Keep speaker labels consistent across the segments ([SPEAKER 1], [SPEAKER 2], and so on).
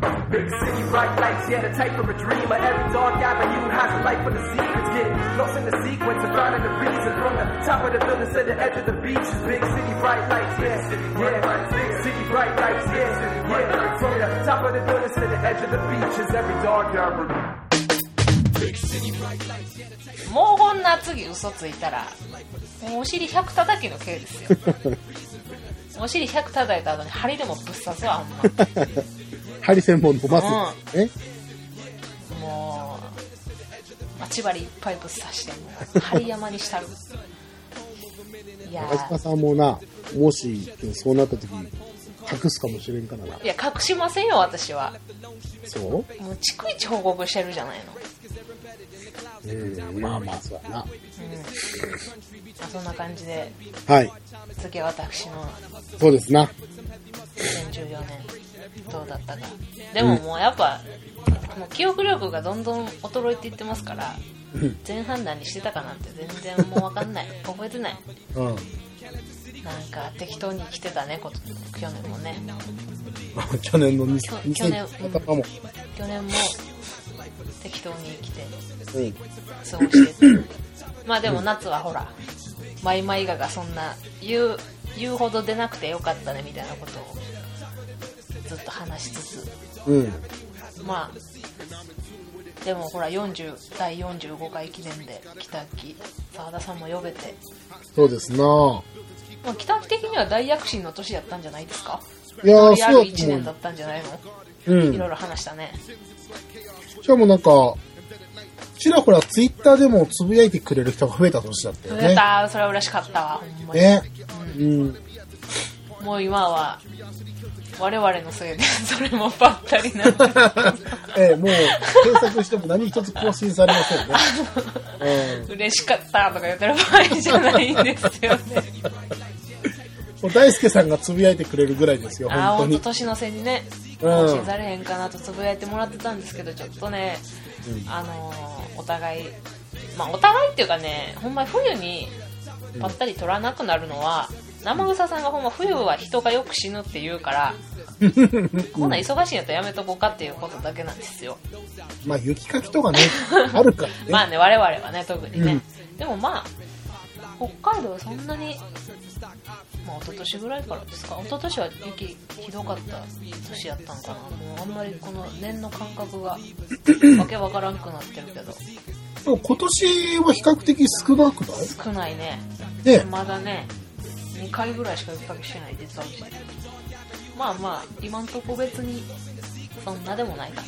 [SPEAKER 1] Big city, bright lights, yeah, the type of a dreamer. Every dark avenue has a light for the secrets. Get lost in the sequence and finding the reason. From the top of the buildings to the edge of the beach. Big city, bright lights, yeah, yeah. Big city, bright lights, yeah, yeah. From the top of the buildings to the edge of the beach is every dark avenue.
[SPEAKER 2] もうこんな次嘘ついたらもうお尻100叩きの刑ですよお尻100叩いた後に針でもぶっ刺すわあんま
[SPEAKER 3] ハリセンも飲ます。え
[SPEAKER 2] もう待ち針いっぱいぶっ刺してもう針山にしたるいや
[SPEAKER 3] 中島さんもな、もしそうなった時、隠すかもしれんからな。
[SPEAKER 2] いや隠しませんよ私は
[SPEAKER 3] そう
[SPEAKER 2] もう逐一報告してるじゃないの、
[SPEAKER 3] うん、まあまあ、そうやな。
[SPEAKER 2] うん、まあそんな感じで
[SPEAKER 3] はい。
[SPEAKER 2] 次は私の
[SPEAKER 3] そうですな。
[SPEAKER 2] 2014年どうだったかでももうやっぱ、もう記憶力がどんどん衰えていってますから前半何してたかなんて全然もう分かんない覚えてない
[SPEAKER 3] うん。
[SPEAKER 2] な んか適当に生きてたねこと去年もね
[SPEAKER 3] 去年の
[SPEAKER 2] そう
[SPEAKER 3] 2000
[SPEAKER 2] 去年うん
[SPEAKER 3] 頭も。
[SPEAKER 2] 去年も適当に生きて
[SPEAKER 3] うん。
[SPEAKER 2] 過ごしててまあでも夏はほらマイマイガがそんな言う言うほど出なくてよかったねみたいなことをずっと話しつつ
[SPEAKER 3] うん。
[SPEAKER 2] まあでもほら40第45回記念で北秋澤田さんも呼べて、
[SPEAKER 3] そうですな。
[SPEAKER 2] まあ、北秋的には大躍進の年だったんじゃないですか
[SPEAKER 3] いやー、
[SPEAKER 2] リアル
[SPEAKER 3] そう
[SPEAKER 2] 1
[SPEAKER 3] や
[SPEAKER 2] 年だ
[SPEAKER 3] と
[SPEAKER 2] ったんじゃないの、
[SPEAKER 3] 思う。う
[SPEAKER 2] い
[SPEAKER 3] ん
[SPEAKER 2] ろい。ろ話したね
[SPEAKER 3] しかもなんか、ちらほらツイッターでもつぶやいてくれる人が増えた年だったよ
[SPEAKER 2] 増
[SPEAKER 3] ね。
[SPEAKER 2] えた、それは嬉しかったわほんまに、
[SPEAKER 3] ね。 うん。
[SPEAKER 2] もう今は我々のせいで それもばったりなんで
[SPEAKER 3] ええ、もう、検索しても何一つ更新されま せんね。うん。
[SPEAKER 2] 嬉しかったとか言ってる場合じゃないんです よね
[SPEAKER 3] もう大輔さんがつぶやいてくれるぐらいですよ、
[SPEAKER 2] ああ
[SPEAKER 3] 本当
[SPEAKER 2] 本当
[SPEAKER 3] に。
[SPEAKER 2] 年の瀬にね
[SPEAKER 3] う
[SPEAKER 2] 更
[SPEAKER 3] ん
[SPEAKER 2] 新されへんかなとつぶやいてもらってたんですけどちょっとね、あのーお互いまあお互いっていうかねほんまに冬にばったり取らなくなるのは、生草さんがほんま冬は人がよく死ぬって言うから、こんなん忙しいんやったらやめとこうかっていうことだけなんですよ、
[SPEAKER 3] まあ、雪かきとか ね、あるからね。
[SPEAKER 2] まあね我々はね特にね、でもまあ北海道はそんなに、まあ、一昨年ぐらいからですか一昨年は雪ひどかった年やったんかなもうあんまりこの年の感覚がわけわからんくなってるけど
[SPEAKER 3] でも今年は比較的少なくな
[SPEAKER 2] 少ないね
[SPEAKER 3] いね。
[SPEAKER 2] まだね2回ぐらいしか雪かきしてない実はうちまあまあ今んとこ別にそんなでもないかな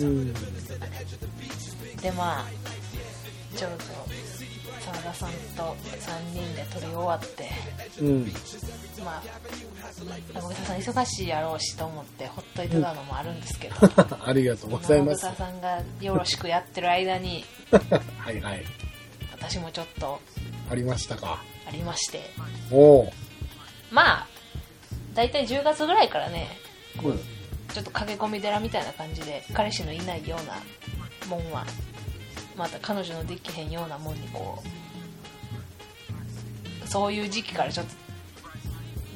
[SPEAKER 3] うん。
[SPEAKER 2] でまあちょうど澤田さんと3人で撮り終わって
[SPEAKER 3] うん。
[SPEAKER 2] まあ山口さん忙しいやろうしと思ってほっといてたのもあるんですけど、
[SPEAKER 3] ありがとうござい
[SPEAKER 2] 山
[SPEAKER 3] ま
[SPEAKER 2] 口
[SPEAKER 3] す。は
[SPEAKER 2] さんがよろしくやってる間に
[SPEAKER 3] いはい。
[SPEAKER 2] 私もちょっと
[SPEAKER 3] ありましたか。
[SPEAKER 2] ありまして
[SPEAKER 3] おお。
[SPEAKER 2] まあ大体10月ぐらいからね
[SPEAKER 3] うん。
[SPEAKER 2] ちょっと駆け込み寺みたいな感じで彼氏のいないようなもんはまた彼女のできへんようなもんにこうそういう時期からちょっと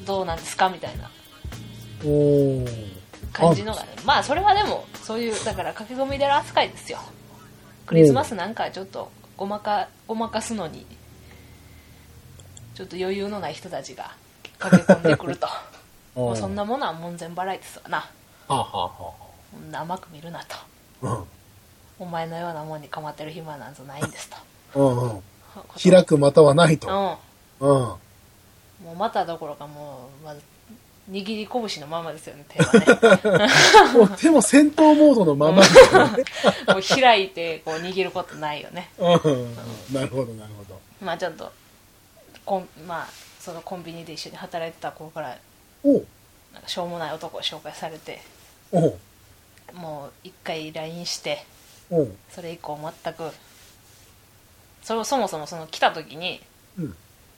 [SPEAKER 2] どうなんですかみたいな
[SPEAKER 3] おお。
[SPEAKER 2] 感じのがねまあそれはでもそういうだから駆け込み寺扱いですよクリスマスなんかちょっとごまかごまかすのにちょっと余裕のない人たちが駆け込んでくるともうそん
[SPEAKER 3] な。
[SPEAKER 2] なものは門前払いですわな
[SPEAKER 3] はあはあは
[SPEAKER 2] そんな甘く見るなと
[SPEAKER 3] あ。
[SPEAKER 2] お前のようなもんに構ってる暇なんぞないんですと
[SPEAKER 3] うん。うんうん。開くまたはない
[SPEAKER 2] うん
[SPEAKER 3] と。
[SPEAKER 2] も
[SPEAKER 3] うん。
[SPEAKER 2] うまたどころかもう、まず握り拳のままですよね手はね
[SPEAKER 3] もう手も戦闘モードのままですよね。
[SPEAKER 2] もう開いてこう握ることないよね
[SPEAKER 3] うん。なるほど、なるほど。
[SPEAKER 2] まあちょっとコン,、まあ、そのコンビニで一緒に働いてた子から
[SPEAKER 3] おう
[SPEAKER 2] なんかしょうもない男を紹介されて
[SPEAKER 3] おう
[SPEAKER 2] もう一回 LINE して
[SPEAKER 3] おう
[SPEAKER 2] それ以降全くそれをそもそもその来た時に
[SPEAKER 3] うん。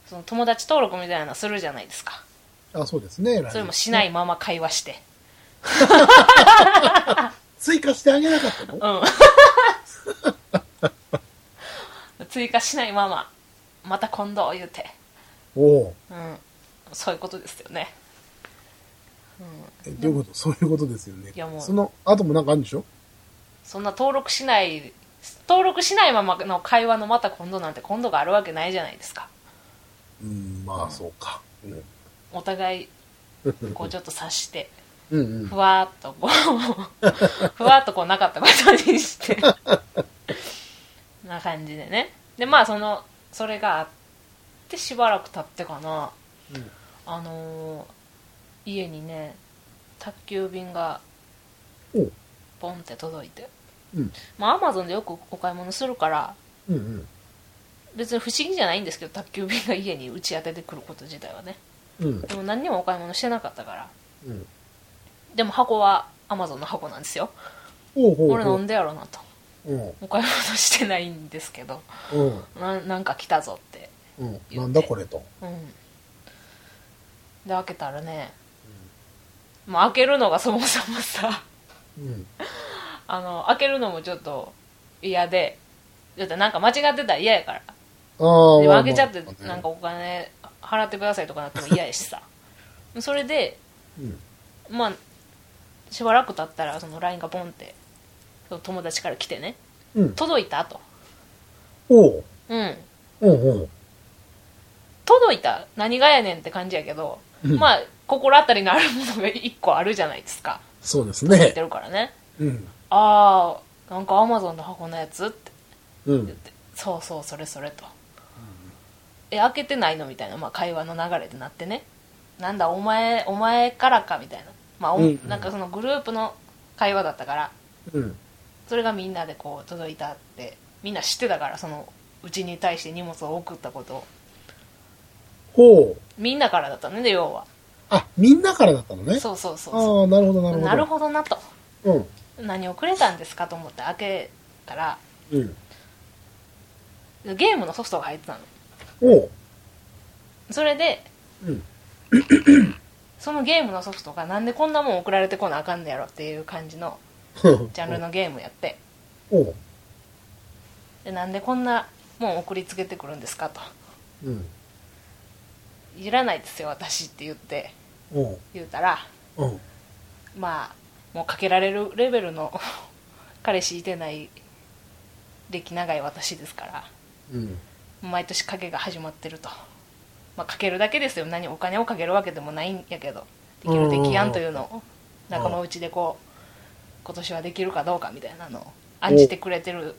[SPEAKER 2] その友達登録みたいなのするじゃないですか
[SPEAKER 3] あ、そうですね。
[SPEAKER 2] それもしないまま会話して
[SPEAKER 3] 追加してあげなかった の
[SPEAKER 2] うん。追加しないまま、また今度言うて。
[SPEAKER 3] おう
[SPEAKER 2] うん。そういうことですよね。
[SPEAKER 3] えどういうことそういうことですよね。
[SPEAKER 2] いやもう
[SPEAKER 3] その後もなんかあるんでしょ
[SPEAKER 2] そんな登録しない登録しないままの会話のまた今度なんて今度があるわけないじゃないですか
[SPEAKER 3] うん、まあそうか。うん。
[SPEAKER 2] お互いこうちょっと察して
[SPEAKER 3] うんうん
[SPEAKER 2] ふ。わーっとこ うふわーっとこうなかったことにしてな感じでねでまあそのそれがあってしばらく経ってかな、
[SPEAKER 3] うん
[SPEAKER 2] あのー家にね宅急便が
[SPEAKER 3] おう
[SPEAKER 2] ポンって届いて
[SPEAKER 3] うん。
[SPEAKER 2] まあアマゾンでよくお買い物するから
[SPEAKER 3] うんうん。
[SPEAKER 2] 別に不思議じゃないんですけど宅急便が家に打ち当ててくること自体はね
[SPEAKER 3] うん
[SPEAKER 2] でも何にもお買い物してなかったから
[SPEAKER 3] うん。
[SPEAKER 2] でも箱はアマゾンの箱なんですよ
[SPEAKER 3] おうほう
[SPEAKER 2] 俺
[SPEAKER 3] ほ
[SPEAKER 2] 飲
[SPEAKER 3] う。
[SPEAKER 2] んでやろうなと
[SPEAKER 3] うん。
[SPEAKER 2] お買い物してないんですけど
[SPEAKER 3] うん。
[SPEAKER 2] ななんか来たぞって
[SPEAKER 3] うん。なんだこれと。
[SPEAKER 2] うんで開けたらね、まあ開けるのがそもそもさ
[SPEAKER 3] うん。
[SPEAKER 2] あの開けるのもちょっと嫌でだってなんか間違ってたら嫌やから
[SPEAKER 3] ああ、
[SPEAKER 2] で
[SPEAKER 3] まあ
[SPEAKER 2] 開けちゃって
[SPEAKER 3] まあね
[SPEAKER 2] なんかお金払ってくださいとかなっても嫌やしさそれで
[SPEAKER 3] うん。
[SPEAKER 2] まあしばらく経ったらその LINE がボンってその友達から来てね
[SPEAKER 3] うん。
[SPEAKER 2] 届いたと
[SPEAKER 3] おう。
[SPEAKER 2] うん
[SPEAKER 3] うんうん。
[SPEAKER 2] 届いた何がやねんって感じやけど、
[SPEAKER 3] うん
[SPEAKER 2] まあ心当たりのあるものが1個あるじゃないですか
[SPEAKER 3] そうです
[SPEAKER 2] 入っ
[SPEAKER 3] ね
[SPEAKER 2] て。るからね
[SPEAKER 3] うん。
[SPEAKER 2] ああなんかアマゾンの箱のやつって
[SPEAKER 3] う
[SPEAKER 2] 言っ
[SPEAKER 3] ん。
[SPEAKER 2] てそうそうそれそれと、え開けてないのみたいな、まあ、会話の流れでなってねなんだお前お前からかみたいなまあ、お
[SPEAKER 3] うん
[SPEAKER 2] なんかそのグループの会話だったから
[SPEAKER 3] うん。
[SPEAKER 2] それがみんなでこう届いたってみんな知ってたからそのうちに対して荷物を送ったことを
[SPEAKER 3] ほう。
[SPEAKER 2] みんなからだったのね要は
[SPEAKER 3] あ、みんなからだったのね。
[SPEAKER 2] そうそうそうそう
[SPEAKER 3] ああ、なるほど、なるほど。
[SPEAKER 2] なるほどなと
[SPEAKER 3] ど。
[SPEAKER 2] 何をくれたんですかと思って開けたら
[SPEAKER 3] うん。うん。
[SPEAKER 2] ゲームのソフトが入ってたの
[SPEAKER 3] おう。
[SPEAKER 2] それで
[SPEAKER 3] うん。
[SPEAKER 2] そのゲームのソフトがなんでこんなもん送られてこなあかんのやろっていう感じのジャンルのゲームやって
[SPEAKER 3] おう。
[SPEAKER 2] でなんでこんなもん送りつけてくるんですかと
[SPEAKER 3] うん。
[SPEAKER 2] いらないですよ私って言って
[SPEAKER 3] おう。
[SPEAKER 2] 言うたら
[SPEAKER 3] うん。
[SPEAKER 2] まあもうかけられるレベルの彼氏いてない歴長い私ですから
[SPEAKER 3] うん。
[SPEAKER 2] 毎年賭けが始まってると、まあ、賭けるだけですよ何お金をかけるわけでもないんやけどできるできやんというのを仲間内でこう今年はできるかどうかみたいなのを案じてくれてる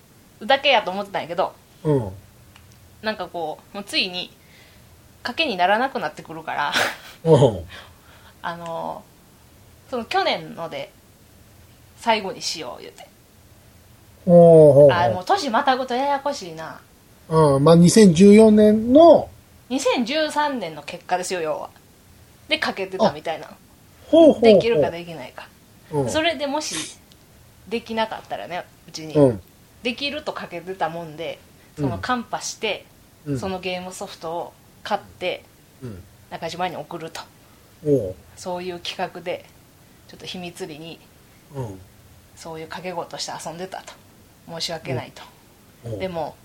[SPEAKER 2] だけやと思ってたんやけど
[SPEAKER 3] うん。
[SPEAKER 2] なんかこうもうついに賭けにならなくなってくるから
[SPEAKER 3] うん。
[SPEAKER 2] あのその去年ので最後にしよう言うて
[SPEAKER 3] おう。
[SPEAKER 2] あーもう年またごとややこしいな
[SPEAKER 3] うん。まあ、2014年の、
[SPEAKER 2] 2013年の結果ですよ要はで賭けてたみたいな
[SPEAKER 3] ほうほうほう。
[SPEAKER 2] できるかできないか
[SPEAKER 3] うん。
[SPEAKER 2] それでもしできなかったらねうちに、
[SPEAKER 3] うん。
[SPEAKER 2] できるとかけてたもんでそ
[SPEAKER 3] うん
[SPEAKER 2] のカンパして、
[SPEAKER 3] うん。
[SPEAKER 2] そのゲームソフトを買って
[SPEAKER 3] うん。
[SPEAKER 2] 中島に送ると
[SPEAKER 3] おう。
[SPEAKER 2] そういう企画でちょっと秘密裏に
[SPEAKER 3] うん。
[SPEAKER 2] そういう掛け事して遊んでたと申し訳ないと、
[SPEAKER 3] おう
[SPEAKER 2] で。も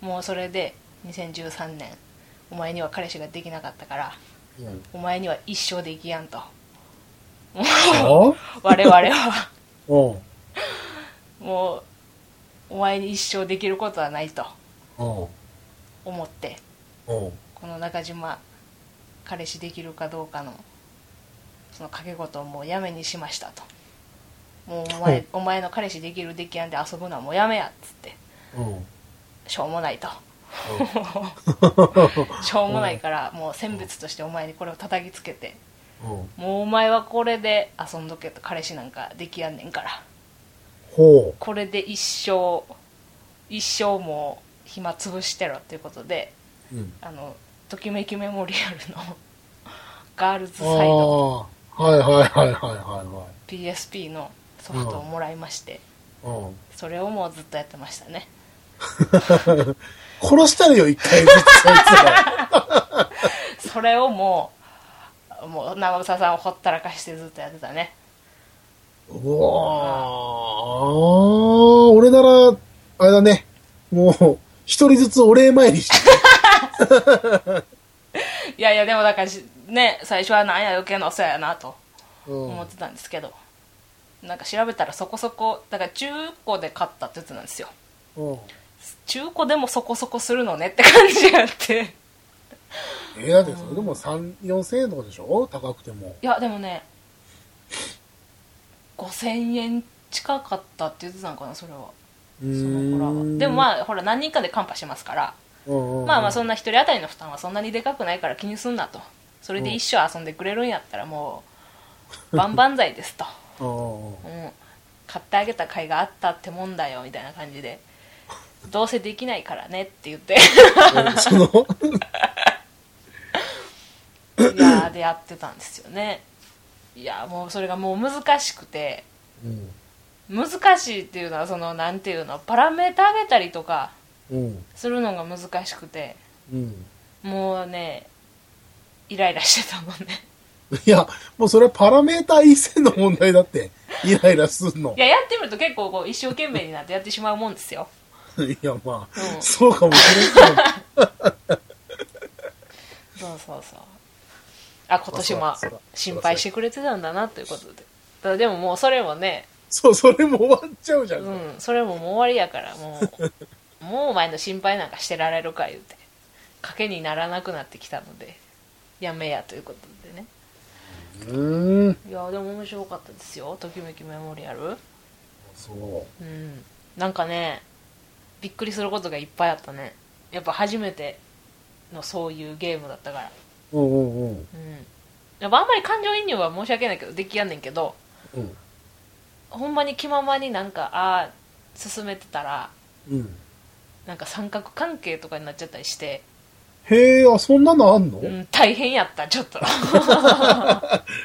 [SPEAKER 2] もうそれで2013年お前には彼氏ができなかったから
[SPEAKER 3] うん。
[SPEAKER 2] お前には一生できやんと
[SPEAKER 3] あ
[SPEAKER 2] 我々は
[SPEAKER 3] うん。
[SPEAKER 2] もうお前に一生できることはないと
[SPEAKER 3] うん。
[SPEAKER 2] 思って
[SPEAKER 3] うん。
[SPEAKER 2] この中島彼氏できるかどうかのその掛け事をもうやめにしましたともうお前,、
[SPEAKER 3] うん
[SPEAKER 2] お前の彼氏できるできやんで遊ぶのはもうやめやっつって
[SPEAKER 3] うん。
[SPEAKER 2] しょうもないとしょうもないからもう選別としてお前にこれを叩きつけて
[SPEAKER 3] うん。
[SPEAKER 2] もうお前はこれで遊んどけと彼氏なんかできやんねんから
[SPEAKER 3] ほ
[SPEAKER 2] これで一生一生もう暇潰してろっていうことで
[SPEAKER 3] う。うん。
[SPEAKER 2] あのときめきメモリアルの ガールズ
[SPEAKER 3] あ
[SPEAKER 2] サイド
[SPEAKER 3] あ。はいはいはいはいは
[SPEAKER 2] PSP のソフトをもらいまして、
[SPEAKER 3] いはい。うん。
[SPEAKER 2] それをもうずっとやってましたね
[SPEAKER 3] 殺したらよ、一回ずつ、そいつら。
[SPEAKER 2] それをもうもう長草さんをほったらかしてずっとやってたね
[SPEAKER 3] うわー、俺なら、あれだね。もう、一人ずつお礼参りして。
[SPEAKER 2] いやいやでもだからしね最初はなんや余計なお世話やなと
[SPEAKER 3] うん
[SPEAKER 2] 思ってたんですけど、なんか調べたらそこそこだから中古で買ったってやつなんですよ
[SPEAKER 3] うん。
[SPEAKER 2] 中古でもそこそこするのねって感じやって
[SPEAKER 3] えー、だってそれでも3、4000円とかでしょ高くても。
[SPEAKER 2] いやでもね5000円近かったって言ってたのかなそれは
[SPEAKER 3] う
[SPEAKER 2] そ
[SPEAKER 3] ー
[SPEAKER 2] の頃は
[SPEAKER 3] ん。
[SPEAKER 2] でもま
[SPEAKER 3] あ、
[SPEAKER 2] あほら何人かでカンパしますから
[SPEAKER 3] うんうん、
[SPEAKER 2] まあまあそ
[SPEAKER 3] の、
[SPEAKER 2] んな一人当たりの負担はそんなにでかくないから気にすんなとそれで一生遊んでくれるんやったらもう万々歳ですと、
[SPEAKER 3] うんうん
[SPEAKER 2] うん、買ってあげた甲斐があったってもんだよみたいな感じでどうせできないからねって言って
[SPEAKER 3] うん、その、
[SPEAKER 2] いやーでやってたんですよねいやーもうそれがもう難しくて
[SPEAKER 3] うん。
[SPEAKER 2] 難しいっていうのはそのなんていうのパラメータ上げたりとか
[SPEAKER 3] うん。
[SPEAKER 2] するのが難しくて
[SPEAKER 3] うん。
[SPEAKER 2] もうねイライラしてたもんね
[SPEAKER 3] いや、もうそれはパラメータ以前の問題だって、イライラすんの
[SPEAKER 2] い。や、やってみると結構こう一生懸命になってやってしまうもんですよ。
[SPEAKER 3] いや、まあ、
[SPEAKER 2] うん
[SPEAKER 3] そうかもしれんけ
[SPEAKER 2] そ
[SPEAKER 3] ど
[SPEAKER 2] うそうそう。あ、今年も
[SPEAKER 3] そうそうそう
[SPEAKER 2] 心配してくれてたんだなということで。ただでももうそれもね、
[SPEAKER 3] そう、それも終わっちゃうじゃん。
[SPEAKER 2] う
[SPEAKER 3] うん
[SPEAKER 2] ん、それももう終わりやから、も う、もうお前の心配なんかしてられるか言うて、賭けにならなくなってきたので、やめやということでね。。
[SPEAKER 3] ーん。
[SPEAKER 2] いや、でも面白かったですよ、ときめきメモリアル。
[SPEAKER 3] そう。
[SPEAKER 2] うん。なんかね、びっくりすることがいっぱいあったね。やっぱ初めてのそういうゲームだったから。
[SPEAKER 3] うんうん
[SPEAKER 2] う
[SPEAKER 3] うん。
[SPEAKER 2] ん、やっぱあんまり感情移入は申し訳ないけどできやんねんけど
[SPEAKER 3] うん。
[SPEAKER 2] ほんまに気ままになんかああ進めてたら
[SPEAKER 3] うん。
[SPEAKER 2] なんか三角関係とかになっちゃったりして、
[SPEAKER 3] へえ、あ、そんなのあんの、
[SPEAKER 2] うん、大変やったちょ っと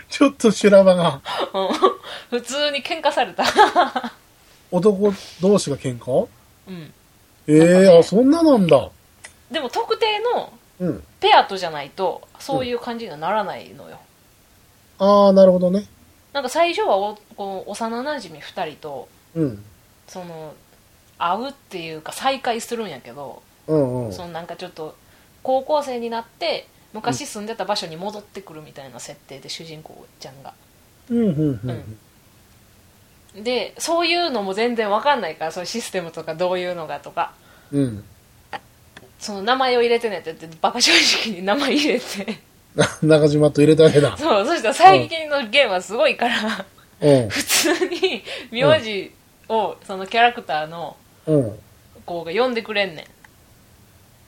[SPEAKER 3] ちょっと修羅場が、
[SPEAKER 2] うん普通に喧嘩された、
[SPEAKER 3] 男同士が喧嘩
[SPEAKER 2] うん、
[SPEAKER 3] ええ
[SPEAKER 2] なんかね
[SPEAKER 3] あ、そんななんだ。
[SPEAKER 2] でも特定の
[SPEAKER 3] うん。
[SPEAKER 2] ペアとじゃないとそういう感じにはならないのよ、
[SPEAKER 3] ああ、なるほどね。
[SPEAKER 2] なんか最初はおこう幼なじみ2人と
[SPEAKER 3] うん。
[SPEAKER 2] その会うっていうか再会するんやけど
[SPEAKER 3] うんうん。
[SPEAKER 2] そのなんかちょっと高校生になって昔住んでた場所に戻ってくるみたいな設定で主人公ちゃんが
[SPEAKER 3] うんうんうんう
[SPEAKER 2] うんん。でそういうのも全然わかんないからそういうシステムとかどういうのがとか
[SPEAKER 3] うん。
[SPEAKER 2] その名前を入れてねって言ってバカ正直に名前入れて
[SPEAKER 3] 中島と入れたわけだ。
[SPEAKER 2] そうそしたら最近のゲームはすごいから
[SPEAKER 3] うん。
[SPEAKER 2] 普通に名字をそのキャラクターの
[SPEAKER 3] うん。
[SPEAKER 2] 子が呼んでくれんね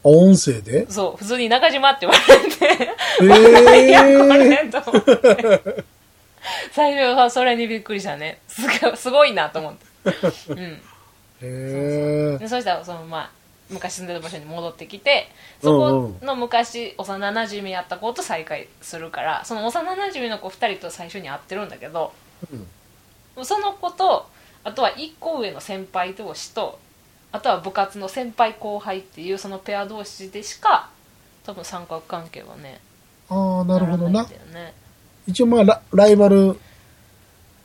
[SPEAKER 3] 音声で
[SPEAKER 2] んそう普通に中島って言われて
[SPEAKER 3] え
[SPEAKER 2] いやこ
[SPEAKER 3] え
[SPEAKER 2] れと思って最初はそれにびっくりしたねすごすごいなと思って、うん、
[SPEAKER 3] へえ
[SPEAKER 2] でそしたらその、まあ、昔住んでた場所に戻ってきて
[SPEAKER 3] うん
[SPEAKER 2] そ
[SPEAKER 3] うん
[SPEAKER 2] この昔幼なじみやった子と再会するからその幼なじみの子2人と最初に会ってるんだけど
[SPEAKER 3] うん
[SPEAKER 2] その子とあとは1個上の先輩同士とあとは部活の先輩後輩っていうそのペア同士でしか多分三角関係はね
[SPEAKER 3] ああ、なるほど
[SPEAKER 2] らな
[SPEAKER 3] な
[SPEAKER 2] いん。だよね
[SPEAKER 3] 一応まあラ、ライバル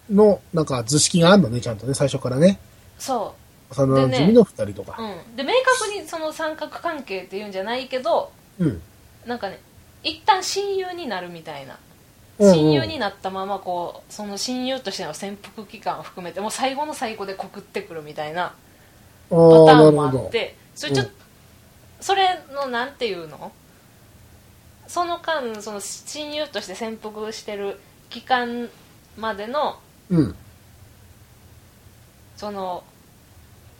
[SPEAKER 3] の、なんか図式があるのね、ちゃんとね、最初からね。
[SPEAKER 2] そう
[SPEAKER 3] 幼馴染の二人とか。
[SPEAKER 2] うん、で明確にその三角関係っていうんじゃないけど
[SPEAKER 3] うん。
[SPEAKER 2] なんかね一旦親友になるみたいな
[SPEAKER 3] うんうん
[SPEAKER 2] 親友になったままこうその親友としての潜伏期間を含めてもう最後の最後で告ってくるみたいな
[SPEAKER 3] あ
[SPEAKER 2] パタ
[SPEAKER 3] あ、な
[SPEAKER 2] ー
[SPEAKER 3] る
[SPEAKER 2] ンも
[SPEAKER 3] ほ
[SPEAKER 2] あ
[SPEAKER 3] ど
[SPEAKER 2] っ。てそれちょっと、それのなんていうのその間その親友として潜伏してる期間までの
[SPEAKER 3] うん。
[SPEAKER 2] その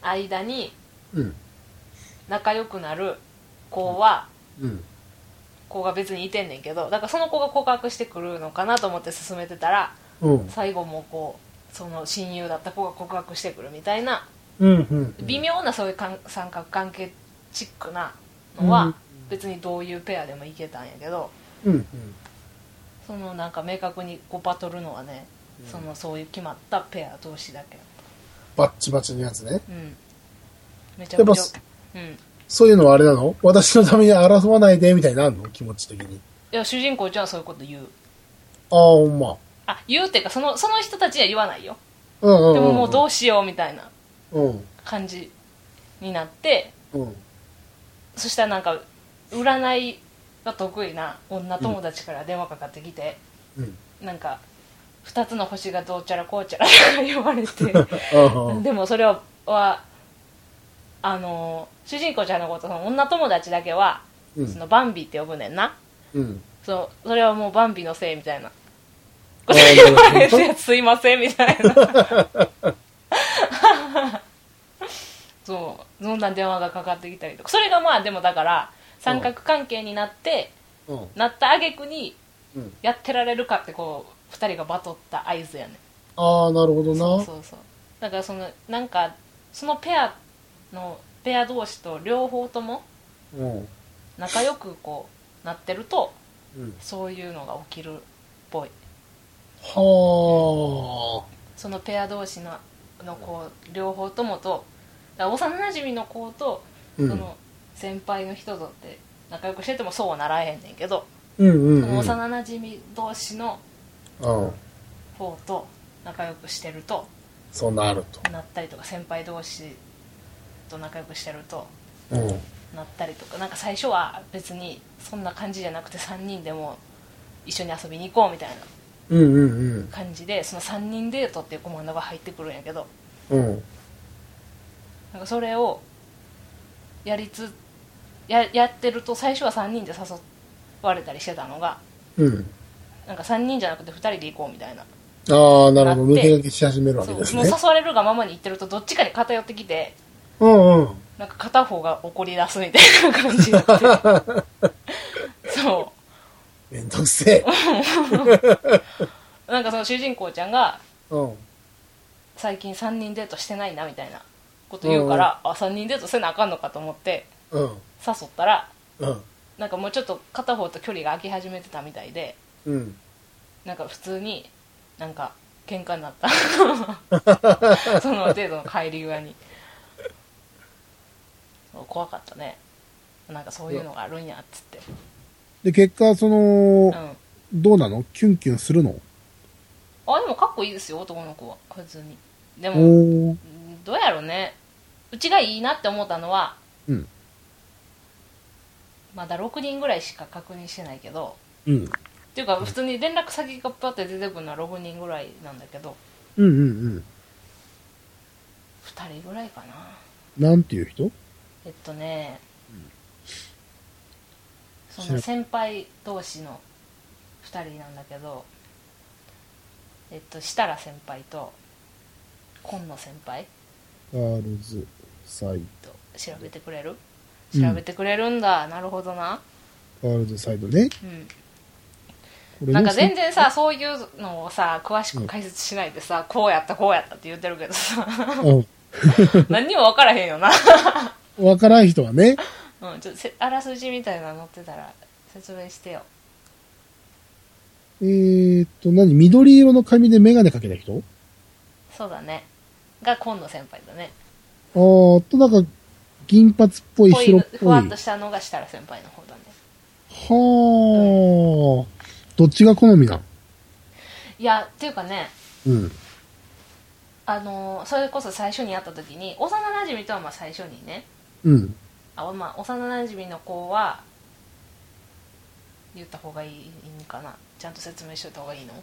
[SPEAKER 2] 間に
[SPEAKER 3] うん。
[SPEAKER 2] 仲良くなる子は、
[SPEAKER 3] うん。
[SPEAKER 2] 子が別にいてんねんけどだからその子が告白してくるのかなと思って進めてたら
[SPEAKER 3] うん。
[SPEAKER 2] 最後もこうその親友だった子が告白してくるみたいな
[SPEAKER 3] うん。うん。
[SPEAKER 2] 微妙なそういうかん三角関係チックなのは、
[SPEAKER 3] うん
[SPEAKER 2] 別にどういうペアでもいけたんやけど
[SPEAKER 3] うん。うん。
[SPEAKER 2] そのなんか明確にこうバトルのはね、そのそういう決まったペア同士だけ
[SPEAKER 3] バッチバチのやつね。
[SPEAKER 2] うんめちゃくち
[SPEAKER 3] やっ
[SPEAKER 2] ゃうんい
[SPEAKER 3] そういうのはあれなの私のために争わないで、みたいになるの気持ち的に。
[SPEAKER 2] や主人公ちゃんはそういうこと言う
[SPEAKER 3] ああ、ほんま。
[SPEAKER 2] あ言うっていうかそのその人たちには言わないよ
[SPEAKER 3] うんうん、うん。
[SPEAKER 2] でももうどうしようみたいな
[SPEAKER 3] うん。
[SPEAKER 2] 感じになって
[SPEAKER 3] うん。
[SPEAKER 2] そしたらなんか占いが得意な女友達から電話かかってきて、
[SPEAKER 3] うん。
[SPEAKER 2] なんか2つの星がどうちゃらこうちゃらとか言われて
[SPEAKER 3] うん
[SPEAKER 2] でもそれはあの主人公ちゃんのことその女友達だけは、
[SPEAKER 3] うん
[SPEAKER 2] そのバンビって呼ぶねんな
[SPEAKER 3] うん。
[SPEAKER 2] そそれはもうバンビのせいみたいなこれ言われてすいませんみたいなそうそんな電話がかかってきたりとかそれがまあでもだから三角関係になって、
[SPEAKER 3] うん。
[SPEAKER 2] なった挙句に
[SPEAKER 3] うん。
[SPEAKER 2] やってられるかってこう2人がバトった合図やねん
[SPEAKER 3] ああ、なるほど
[SPEAKER 2] そう
[SPEAKER 3] な。
[SPEAKER 2] そうそうだからそのなんかそのペアのペア同士と両方とも
[SPEAKER 3] うん。
[SPEAKER 2] 仲良くこうなってると
[SPEAKER 3] うん。
[SPEAKER 2] そういうのが起きるっぽい
[SPEAKER 3] は
[SPEAKER 2] そのペア同士ののこう両方ともとだから幼なじみの子と
[SPEAKER 3] あ。う
[SPEAKER 2] そ
[SPEAKER 3] ん。
[SPEAKER 2] の先輩の人とって仲良くしててもそうはならへんねんけど、
[SPEAKER 3] うんうん
[SPEAKER 2] そ
[SPEAKER 3] うん。
[SPEAKER 2] の
[SPEAKER 3] うん。
[SPEAKER 2] 幼なじみ同士の方と仲良くしてると
[SPEAKER 3] そうなると。
[SPEAKER 2] なったりとか先輩同士と仲良くしてると
[SPEAKER 3] うん。
[SPEAKER 2] なったりとかなんか最初は別にそんな感じじゃなくて3人でも一緒に遊びに行こうみたいな
[SPEAKER 3] うんうん
[SPEAKER 2] 感じでその3人デートっていうコマンドが入ってくるんやけど
[SPEAKER 3] うん。うん。
[SPEAKER 2] なんかそれをやりつややってると最初は3人で誘われたりしてたのが
[SPEAKER 3] うん。
[SPEAKER 2] なんか3人じゃなくて2人で行こうみたいな
[SPEAKER 3] ああ、なるほど。
[SPEAKER 2] なって
[SPEAKER 3] 抜け駆けし始めるわ
[SPEAKER 2] そ
[SPEAKER 3] け
[SPEAKER 2] う
[SPEAKER 3] です
[SPEAKER 2] もう
[SPEAKER 3] ね
[SPEAKER 2] 誘。われるがままに行ってるとどっちかに偏ってきて
[SPEAKER 3] うんうん。
[SPEAKER 2] なんか片方が怒り出すみたいな感じになって そう
[SPEAKER 3] めんどくせえ。
[SPEAKER 2] なんかその主人公ちゃんが
[SPEAKER 3] うん。
[SPEAKER 2] 最近3人デートしてないなみたいなこと言うから、あ3人デートせなあかんのかと思って
[SPEAKER 3] うん。
[SPEAKER 2] 誘ったら
[SPEAKER 3] うん。
[SPEAKER 2] なんかもうちょっと片方と距離が空き始めてたみたいで
[SPEAKER 3] うん。
[SPEAKER 2] なんか普通になんか喧嘩になった その程度の帰り際にそう怖かったねなんかそういうのがあるんやっつって
[SPEAKER 3] で、結果、その
[SPEAKER 2] うん、あ
[SPEAKER 3] どうなのキュンキュンするの
[SPEAKER 2] でもかっこいいですよ男の子は普通にでも
[SPEAKER 3] おー。
[SPEAKER 2] うんどうやろうねうちがいいなって思ったのは
[SPEAKER 3] うん。
[SPEAKER 2] まだ6人ぐらいしか確認してないけど
[SPEAKER 3] うん。
[SPEAKER 2] っていうか普通に連絡先がパッて出てくるのは6人ぐらいなんだけど
[SPEAKER 3] うんうんうん。
[SPEAKER 2] 2人ぐらいかな
[SPEAKER 3] なんていう人
[SPEAKER 2] えっとね、
[SPEAKER 3] 知
[SPEAKER 2] そ
[SPEAKER 3] ら
[SPEAKER 2] の
[SPEAKER 3] ん
[SPEAKER 2] 先輩同士の2人なんだけどえっと設楽先輩と紺野先輩
[SPEAKER 3] ガールズサイ
[SPEAKER 2] と調べてくれる
[SPEAKER 3] うん
[SPEAKER 2] 調べてくれるんだ、なるほどな
[SPEAKER 3] ド。ガールズサイドね。
[SPEAKER 2] うん
[SPEAKER 3] これね
[SPEAKER 2] なんか全然さそういうのをさ詳しく解説しないでさ、こうやったこうやったって言ってるけどさ 何にも分からへんよな、
[SPEAKER 3] うん。わからん人はね。
[SPEAKER 2] うん、ちょっとせあらすじみたいなの載ってたら説明してよ
[SPEAKER 3] えーっと、何緑色の髪でメガネかけた人
[SPEAKER 2] そうだねが今野先輩だね
[SPEAKER 3] あーっと、なんか、銀髪っぽい
[SPEAKER 2] こうい
[SPEAKER 3] 白っ
[SPEAKER 2] う
[SPEAKER 3] ぽい。
[SPEAKER 2] ふわ
[SPEAKER 3] は
[SPEAKER 2] っとしたのが設楽先輩の方だね
[SPEAKER 3] ー。どっちが好みなん
[SPEAKER 2] いやっていうかね
[SPEAKER 3] うん。
[SPEAKER 2] あのーそれこそ最初に会った時に幼なじみとはまあ最初にね
[SPEAKER 3] うん。
[SPEAKER 2] あ、まあ、幼なじみの子は言った方がいいんかなちゃんと説明しといた方がいいの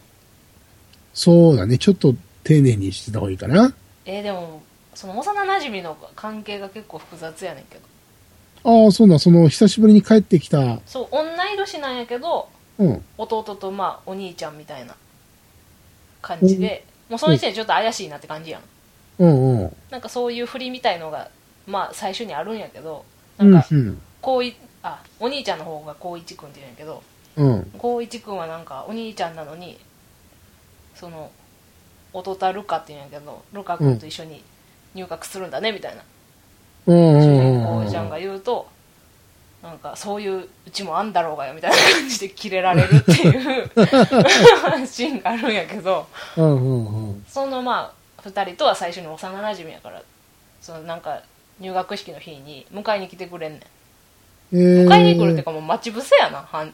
[SPEAKER 3] そうだね。ちょっと丁寧にしてた方がいいかな。
[SPEAKER 2] えーでもその幼なじみの関係が結構複雑やねんけど
[SPEAKER 3] ああ、そうなん、その、久しぶりに帰ってきた、
[SPEAKER 2] そう同い年なんやけど
[SPEAKER 3] うん。
[SPEAKER 2] 弟とまあお兄ちゃんみたいな感じでもうその時点でちょっと怪しいなって感じやん
[SPEAKER 3] うんうん。
[SPEAKER 2] なんかそういう振りみたいのがまあ最初にあるんやけど
[SPEAKER 3] う
[SPEAKER 2] なん
[SPEAKER 3] ん
[SPEAKER 2] か
[SPEAKER 3] うん。
[SPEAKER 2] こういあお兄ちゃんの方が光一君って言うんやけど
[SPEAKER 3] うん。
[SPEAKER 2] 光一君はなんかお兄ちゃんなのにその弟はルカって言うんやけどルカ君と一緒に入学するんだねみたいな
[SPEAKER 3] うん
[SPEAKER 2] 主
[SPEAKER 3] うんう
[SPEAKER 2] 人公
[SPEAKER 3] ん。
[SPEAKER 2] ちゃんが言うとなんかそういううちもあんだろうがよみたいな感じでキレられるっていう シーンがあるんやけど
[SPEAKER 3] うんうんうん。
[SPEAKER 2] そのまあ2人とは最初に幼なじみやからそのなんか入学式の日に迎えに来てくれんね
[SPEAKER 3] え
[SPEAKER 2] ん
[SPEAKER 3] ー
[SPEAKER 2] 迎えに来るっていうかもう待ち伏せやなはん、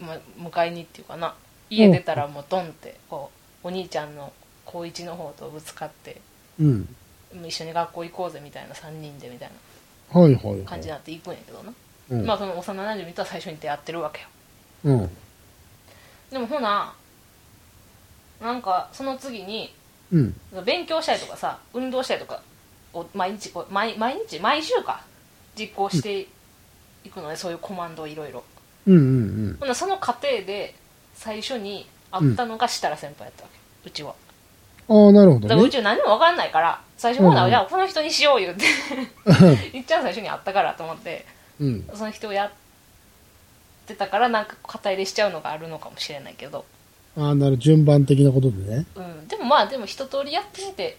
[SPEAKER 2] ま、迎えにっていうかな家出たらもうドンってこうお兄ちゃんの高一の方とぶつかって
[SPEAKER 3] うん。
[SPEAKER 2] もう一緒に学校行こうぜみたいな3人でみたい
[SPEAKER 3] はいはい、はい。
[SPEAKER 2] な感じになって行くんやけどな
[SPEAKER 3] うん。
[SPEAKER 2] まあその幼なじみとは最初に出会ってるわけよ
[SPEAKER 3] うん。
[SPEAKER 2] でもほななんかその次に
[SPEAKER 3] うん。
[SPEAKER 2] 勉強したりとかさ運動したりとかを毎日こう毎毎日毎週か実行していくので、そういうコマンドをいろいろ
[SPEAKER 3] うんうん
[SPEAKER 2] ほなその過程で最初に会ったのが設楽先輩やったわけうちは
[SPEAKER 3] うん。ああ、なるほ
[SPEAKER 2] だ
[SPEAKER 3] ど
[SPEAKER 2] からう
[SPEAKER 3] ね。
[SPEAKER 2] ちは何も分かんないから最初ほ
[SPEAKER 3] うんう
[SPEAKER 2] なんじゃあこの人にしよう言うて いっちゃん最初に会ったからと思って
[SPEAKER 3] うん。
[SPEAKER 2] その人をやってたからなんか肩入れしちゃうのがあるのかもしれないけど、
[SPEAKER 3] ああ、なる、順番的なことでね。
[SPEAKER 2] うん、でもまあでも一通りやってみて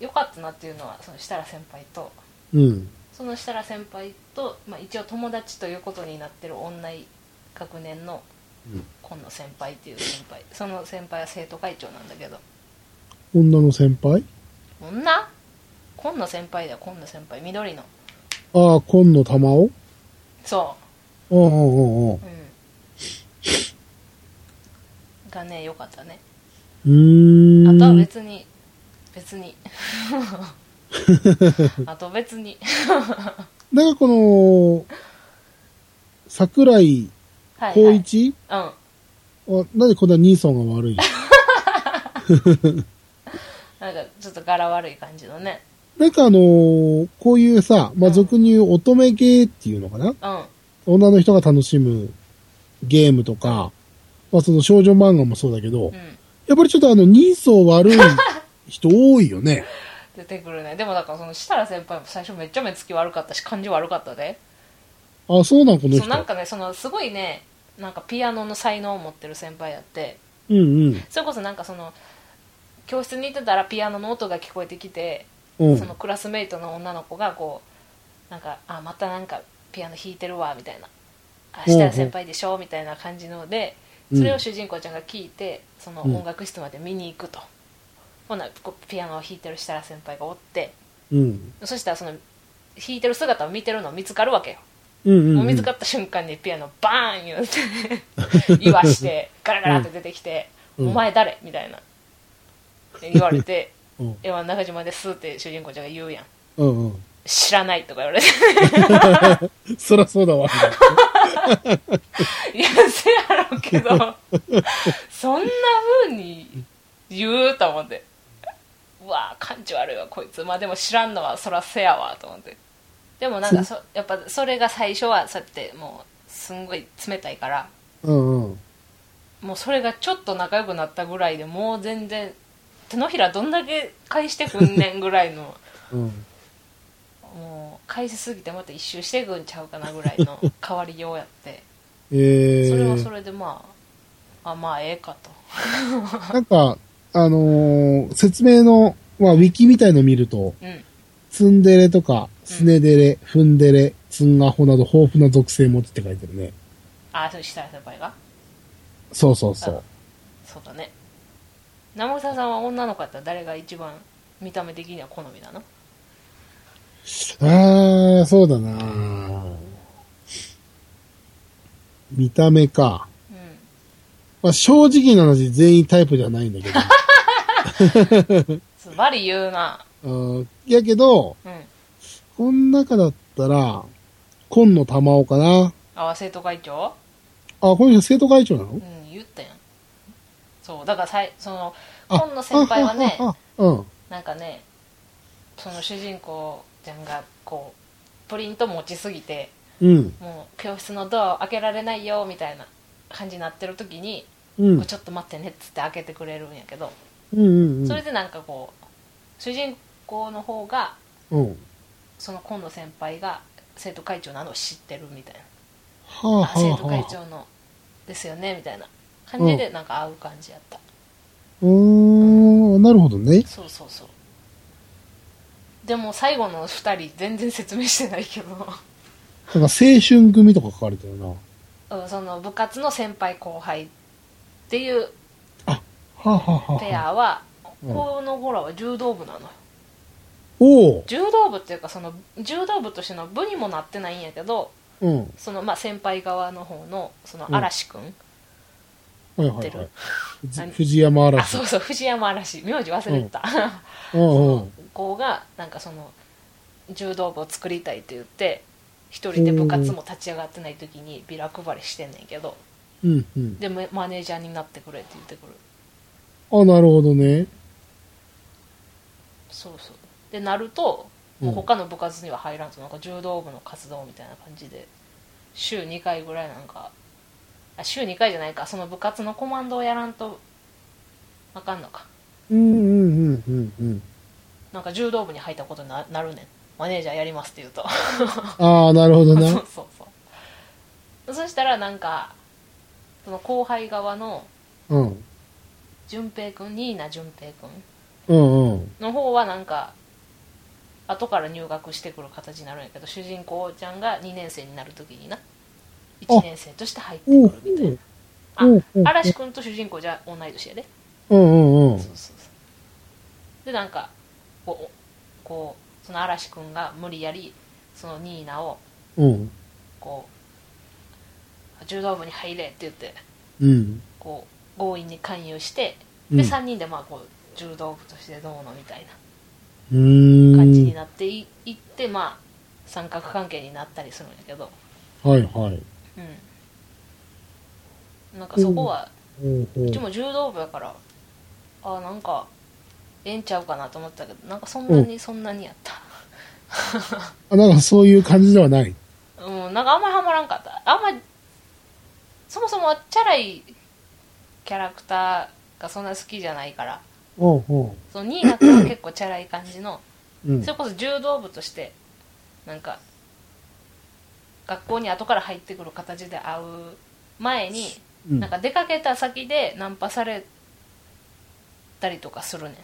[SPEAKER 2] よかったなっていうのはその設楽先輩と
[SPEAKER 3] うん。
[SPEAKER 2] その設楽先輩と、まあ、一応友達ということになってる女学年の
[SPEAKER 3] うん
[SPEAKER 2] 今野先輩っていう先輩その先輩は生徒会長なんだけど
[SPEAKER 3] 女の先輩
[SPEAKER 2] 女今野先輩だよ今野先輩緑の
[SPEAKER 3] ああ、紺の玉を
[SPEAKER 2] そ
[SPEAKER 3] おうんうんう
[SPEAKER 2] うう
[SPEAKER 3] ん
[SPEAKER 2] んがね良かったね
[SPEAKER 3] うん。うー
[SPEAKER 2] あ
[SPEAKER 3] ん。
[SPEAKER 2] とは別に別 にあと別に
[SPEAKER 3] なんかこの、桜井
[SPEAKER 2] はい、は
[SPEAKER 3] 光
[SPEAKER 2] い、
[SPEAKER 3] 一、
[SPEAKER 2] うん
[SPEAKER 3] あなんでこんな兄さんが悪い
[SPEAKER 2] なんかちょっと柄悪い感じのね
[SPEAKER 3] なんかあのーこういうさ、まあ、俗に言う乙女系っていうのかな
[SPEAKER 2] うん
[SPEAKER 3] 女の人が楽しむゲームとか、まあ、その少女漫画もそうだけど、
[SPEAKER 2] うん
[SPEAKER 3] やっぱりちょっとあの、人相悪い人多いよね。
[SPEAKER 2] 出てくるねでもだからその設楽先輩も最初めっちゃ目つき悪かったし感じ悪かったで
[SPEAKER 3] あ、そうなん、この
[SPEAKER 2] そ
[SPEAKER 3] 人
[SPEAKER 2] う。なんかねそのすごいねなんかピアノの才能を持ってる先輩やって
[SPEAKER 3] うんうん。
[SPEAKER 2] それこそなんかその教室にいてたらピアノの音が聞こえてきて、
[SPEAKER 3] うん
[SPEAKER 2] そ。のクラスメイトの女の子がこうなんかあまたなんかピアノ弾いてるわみたいなあ
[SPEAKER 3] うんうん
[SPEAKER 2] 設楽先輩でしょみたいな感じのでそれを主人公ちゃんが聞いてその
[SPEAKER 3] うん
[SPEAKER 2] 音楽室まで見に行くと、ほなこうピアノを弾いてる設楽先輩がおって
[SPEAKER 3] うん。
[SPEAKER 2] そしたらその弾いてる姿を見てるの見つかるわけよ、
[SPEAKER 3] うんうん、うん。
[SPEAKER 2] もう見つかった瞬間にピアノバーン言 うて言わしてガラガラって出てきて「
[SPEAKER 3] うん
[SPEAKER 2] お前誰?」みたいな言われて
[SPEAKER 3] うん
[SPEAKER 2] 「いや中島です」って主人公ちゃんが言うやん
[SPEAKER 3] うんうん。
[SPEAKER 2] 「知らない」とか言われて
[SPEAKER 3] そらそう だわ。
[SPEAKER 2] いやせやろうけどそんな風に言うと思ってうわ感じ悪いわこいつまあでも知らんのはそらせやわと思ってでもなんかそやっぱそれが最初はそうやってもうすんごい冷たいから
[SPEAKER 3] うんうん。
[SPEAKER 2] もうそれがちょっと仲良くなったぐらいでもう全然手のひらどんだけ返してくんねんぐらいの
[SPEAKER 3] うん。
[SPEAKER 2] もう返しすぎてまた一周してくんちゃうかなぐらいの変わりようやって
[SPEAKER 3] え
[SPEAKER 2] それは
[SPEAKER 3] ー
[SPEAKER 2] そ。れでまああまあええかと
[SPEAKER 3] なんか、あのー説明の、まあ、ウィキみたいの見ると、
[SPEAKER 2] うん
[SPEAKER 3] ツンデレとか、スネデレ、フンデレ、ツンアホなど豊富な属性持つって書いてるね。
[SPEAKER 2] あそう設楽先輩が
[SPEAKER 3] そうそうそう。
[SPEAKER 2] そうだね生草さんは女の子だったら誰が一番見た目的には好みなの
[SPEAKER 3] あー、そうだな見た目か。
[SPEAKER 2] うん
[SPEAKER 3] まあ、正直な話、全員タイプじゃないんだ けど。
[SPEAKER 2] ズバリ言うな
[SPEAKER 3] うんやけど、
[SPEAKER 2] うん
[SPEAKER 3] こん中だったら、紺の玉尾かな。
[SPEAKER 2] あ生徒会長
[SPEAKER 3] あ、この人生徒会長なの
[SPEAKER 2] うん言ったやんそうだからさいその
[SPEAKER 3] あ
[SPEAKER 2] 今野先輩はね
[SPEAKER 3] あああうん。
[SPEAKER 2] なんかねその主人公ちゃんがこうプリント持ちすぎて
[SPEAKER 3] うん。
[SPEAKER 2] もう教室のドアを開けられないよみたいな感じになってる時に、
[SPEAKER 3] うん。
[SPEAKER 2] ちょっと待ってねっつって開けてくれるんやけど、
[SPEAKER 3] うんうんうん。
[SPEAKER 2] それでなんかこう主人公の方が
[SPEAKER 3] うん。
[SPEAKER 2] その今野先輩が生徒会長なのを知ってるみたいな
[SPEAKER 3] はあ、
[SPEAKER 2] あ
[SPEAKER 3] はあ、
[SPEAKER 2] 生徒会
[SPEAKER 3] はあ。
[SPEAKER 2] 長のですよねみたいな感じでなんか会う感じやった、
[SPEAKER 3] うーん、なるほどね。
[SPEAKER 2] そうそうそうでも最後の2人全然説明してないけ ど、
[SPEAKER 3] なんか青春組とか書かれてるな。は
[SPEAKER 2] うん、その部活の先輩後輩っていう
[SPEAKER 3] あ、はあはあはあ、
[SPEAKER 2] ペアは
[SPEAKER 3] うん
[SPEAKER 2] この頃は柔道部なのよ
[SPEAKER 3] おう。
[SPEAKER 2] 柔道部っていうかその柔道部としての部にもなってないんやけど
[SPEAKER 3] うん。
[SPEAKER 2] そのまあ先輩側の方のその嵐くん、
[SPEAKER 3] はいはい
[SPEAKER 2] 知って
[SPEAKER 3] はい
[SPEAKER 2] る。
[SPEAKER 3] 藤
[SPEAKER 2] 何
[SPEAKER 3] 藤山
[SPEAKER 2] あ
[SPEAKER 3] 嵐
[SPEAKER 2] そう。そう藤山嵐名字忘れてた、
[SPEAKER 3] うんうん。
[SPEAKER 2] 子がなんかその柔道部を作りたいって言って一人で部活も立ち上がってない時にビラ配りしてんねんけど
[SPEAKER 3] うんうん。
[SPEAKER 2] でママネージャーになってくれって言ってくる
[SPEAKER 3] あ、なるほどね。
[SPEAKER 2] そうそうでなると
[SPEAKER 3] うん
[SPEAKER 2] もう他の部活には入らんとなんか柔道部の活動みたいな感じで週2回ぐらいなんかあ週2回じゃないかその部活のコマンドをやらんとあかんのか
[SPEAKER 3] うんうんうんうんうん。
[SPEAKER 2] なんか柔道部に入ったことにななるねんマネージャーやりますって言うと
[SPEAKER 3] ああ、なるほどな。
[SPEAKER 2] そうそうそうそしたらなんかその後輩側の
[SPEAKER 3] うん。
[SPEAKER 2] 淳平君ニーナ淳平君
[SPEAKER 3] うんうん。
[SPEAKER 2] の方はなんか後から入学してくる形になるんやけど主人公ちゃんが2年生になる時にな1年生として入ってくる
[SPEAKER 3] お
[SPEAKER 2] み
[SPEAKER 3] う
[SPEAKER 2] たいなあ
[SPEAKER 3] おうおう
[SPEAKER 2] 嵐君と主人公じゃ同い年やで
[SPEAKER 3] うんうんうん
[SPEAKER 2] そう。そうそうでなんかこうこうその嵐君が無理やりそのニーナを
[SPEAKER 3] うん。
[SPEAKER 2] こう柔道部に入れって言って
[SPEAKER 3] うん。
[SPEAKER 2] こう強引に勧誘して
[SPEAKER 3] うん
[SPEAKER 2] で3人でまあこう柔道部としてどうのみたいな
[SPEAKER 3] うーん。
[SPEAKER 2] 感じになっていいって、まあ、三角関係になったりするんやけど、
[SPEAKER 3] はいはい。
[SPEAKER 2] うん、なんかそこは、
[SPEAKER 3] ほうほ
[SPEAKER 2] うちも柔道部やからあなんかええんちゃうかなと思ったけどなんかそんなにそんなにやった、
[SPEAKER 3] あ、なんかそういう感じではない。
[SPEAKER 2] うん、なんかあんまりハマらんかったあんまりそもそもチャラいキャラクターがそんな好きじゃないから
[SPEAKER 3] ほうほ
[SPEAKER 2] そのニーナ君は結構チャラい感じの
[SPEAKER 3] う。うん
[SPEAKER 2] そ。れこそ柔道部としてなんか学校に後から入ってくる形で会う前に
[SPEAKER 3] うん
[SPEAKER 2] なんか出かけた先でナンパされたりとかするねん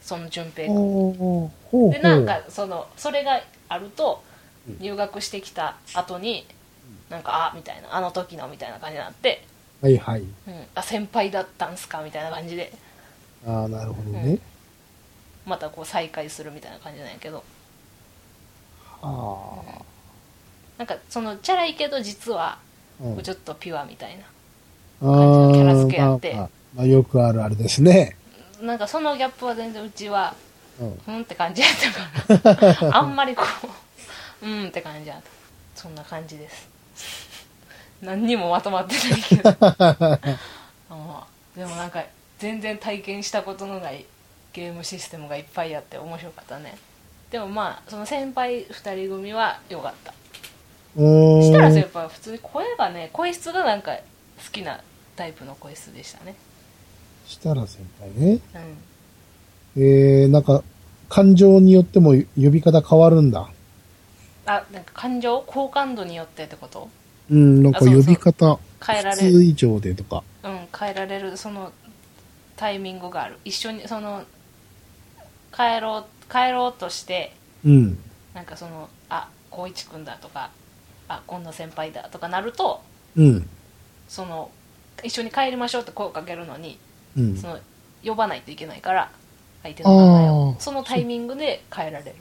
[SPEAKER 2] その順平君
[SPEAKER 3] ほうほうほう。
[SPEAKER 2] でなんかそのそれがあると入学してきた後になんかあみたいなあの時のみたいな感じになって、
[SPEAKER 3] はいはい。
[SPEAKER 2] うん、あ先輩だったんすかみたいな感じで
[SPEAKER 3] ああ、なるほどね。
[SPEAKER 2] またこう再会するみたいな感じなんやけど
[SPEAKER 3] あ
[SPEAKER 2] なんかそのチャラいけど実は
[SPEAKER 3] あ。うん
[SPEAKER 2] ちょっとピュアみたいな
[SPEAKER 3] ああ
[SPEAKER 2] キャラ付けやって
[SPEAKER 3] まあまあまあよくあるあれですね。
[SPEAKER 2] なんかそのギャップは全然うちは
[SPEAKER 3] うん。
[SPEAKER 2] うんって感じやったからあんまりこううんって感じやったそんな感じです何にもまとまってないけどあでもなんか全然体験したことのないゲームシステムがいっぱいあって面白かったねでもまあその先輩2人組は良かった
[SPEAKER 3] うーん。
[SPEAKER 2] したら先輩は普通に声がね声質がなんか好きなタイプの声質でしたね
[SPEAKER 3] したら先輩ね。
[SPEAKER 2] うん
[SPEAKER 3] えー、なんか、感情によっても呼び方変わるんだ。
[SPEAKER 2] あなんか感情好感度によってってこと
[SPEAKER 3] うん、なん
[SPEAKER 2] あ
[SPEAKER 3] か
[SPEAKER 2] そうそ
[SPEAKER 3] 呼
[SPEAKER 2] う
[SPEAKER 3] び方、
[SPEAKER 2] 変えら
[SPEAKER 3] 普
[SPEAKER 2] れ
[SPEAKER 3] 通
[SPEAKER 2] る、
[SPEAKER 3] 以上でとか。
[SPEAKER 2] うん、変えられるそのタイミングがある一緒にその帰ろう帰ろうとして
[SPEAKER 3] うん。
[SPEAKER 2] なんかそのあ光一君だとかあ今度先輩だとかなると
[SPEAKER 3] うん。
[SPEAKER 2] その一緒に帰りましょうって声をかけるのに
[SPEAKER 3] うん
[SPEAKER 2] そ。の呼ばないといけないから相手の名前を
[SPEAKER 3] あー
[SPEAKER 2] そのタイミングで変えられる、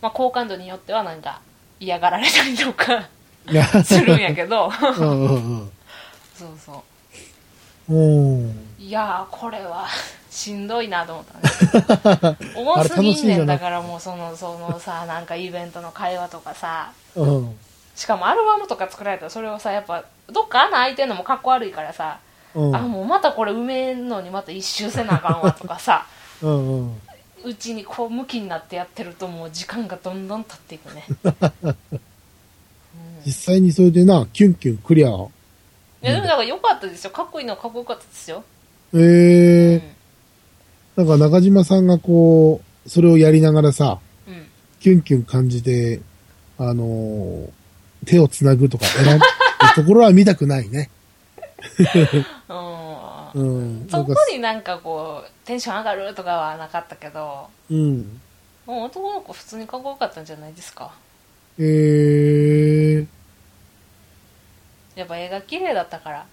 [SPEAKER 2] まあ、好感度によってはなんか嫌がられたりとか
[SPEAKER 3] いや、
[SPEAKER 2] するんやけ ど
[SPEAKER 3] うんうん
[SPEAKER 2] そうそう
[SPEAKER 3] うん。うん。
[SPEAKER 2] いやーこれは しんどいなと思ったね
[SPEAKER 3] あ
[SPEAKER 2] 多
[SPEAKER 3] れ
[SPEAKER 2] すぎん
[SPEAKER 3] 楽しい
[SPEAKER 2] ね
[SPEAKER 3] じゃ
[SPEAKER 2] ん
[SPEAKER 3] な
[SPEAKER 2] だ
[SPEAKER 3] い
[SPEAKER 2] からもうそのそのさなんかイベントの会話とかさ
[SPEAKER 3] うん。
[SPEAKER 2] しかもアルバムとか作られたらそれをさやっぱどっか穴開いてんのもかっこ悪いからさ、
[SPEAKER 3] うん。
[SPEAKER 2] あもうまたこれ埋めんのにまた一周せなあかんわとかさ
[SPEAKER 3] うんうん。
[SPEAKER 2] うちにこう向きになってやってるともう時間がどんどん経っていく ね、うん
[SPEAKER 3] 実際にそれでな、キュンキュンクリア。
[SPEAKER 2] いやでもだから良かったですよかっこいいのはかっこよかったですよ、
[SPEAKER 3] え
[SPEAKER 2] うん
[SPEAKER 3] ー、なんか中島さんがこう、それをやりながらさ、
[SPEAKER 2] うん、
[SPEAKER 3] キュンキュン感じで、あのー手を繋ぐとか選ぶ ところは見たくないね。
[SPEAKER 2] うん
[SPEAKER 3] うん。
[SPEAKER 2] そこ
[SPEAKER 3] なんか
[SPEAKER 2] になんかこうテンション上がるとかはなかったけど
[SPEAKER 3] うん。
[SPEAKER 2] もう男の子普通にかっこよかったんじゃないですか
[SPEAKER 3] えー、
[SPEAKER 2] やっぱ映画綺麗だったから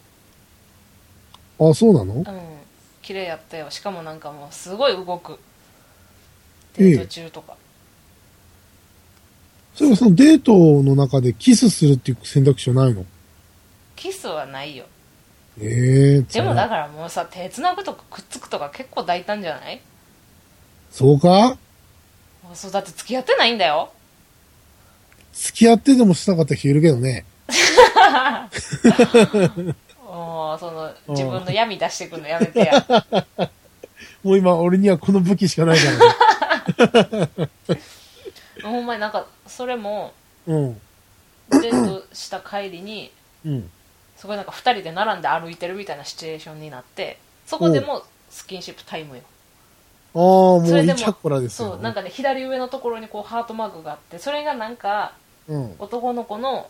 [SPEAKER 3] あ、そうなの
[SPEAKER 2] うん綺麗やったよしかもなんかもうすごい動く
[SPEAKER 3] ええ
[SPEAKER 2] デート中とか、
[SPEAKER 3] それかそのデートの中でキスするっていう選択肢はないの
[SPEAKER 2] キスはないよ
[SPEAKER 3] ええー、
[SPEAKER 2] でもだ
[SPEAKER 3] な
[SPEAKER 2] からもうさ手つなぐとかくっつくとか結構抱いたんじゃない
[SPEAKER 3] そうか
[SPEAKER 2] もうそうだって付き合ってないんだよ
[SPEAKER 3] 付き合ってでもしたかった人いるけどね。
[SPEAKER 2] おの、その、自分の闇出してくるのやめて や。
[SPEAKER 3] もう今、俺にはこの武器しかないからね。
[SPEAKER 2] ほんまになんか、それも、
[SPEAKER 3] うん。
[SPEAKER 2] デートした帰りに、
[SPEAKER 3] うん。
[SPEAKER 2] そこでなんか二人で並んで歩いてるみたいなシチュエーションになって、そこでもスキンシップタイムよ。
[SPEAKER 3] ああ、もう
[SPEAKER 2] それ
[SPEAKER 3] イ
[SPEAKER 2] でも
[SPEAKER 3] チャコラですよ。
[SPEAKER 2] そう、なんかね、左上のところにこうハートマークがあって、それがなんか、
[SPEAKER 3] うん。は
[SPEAKER 2] 男の子の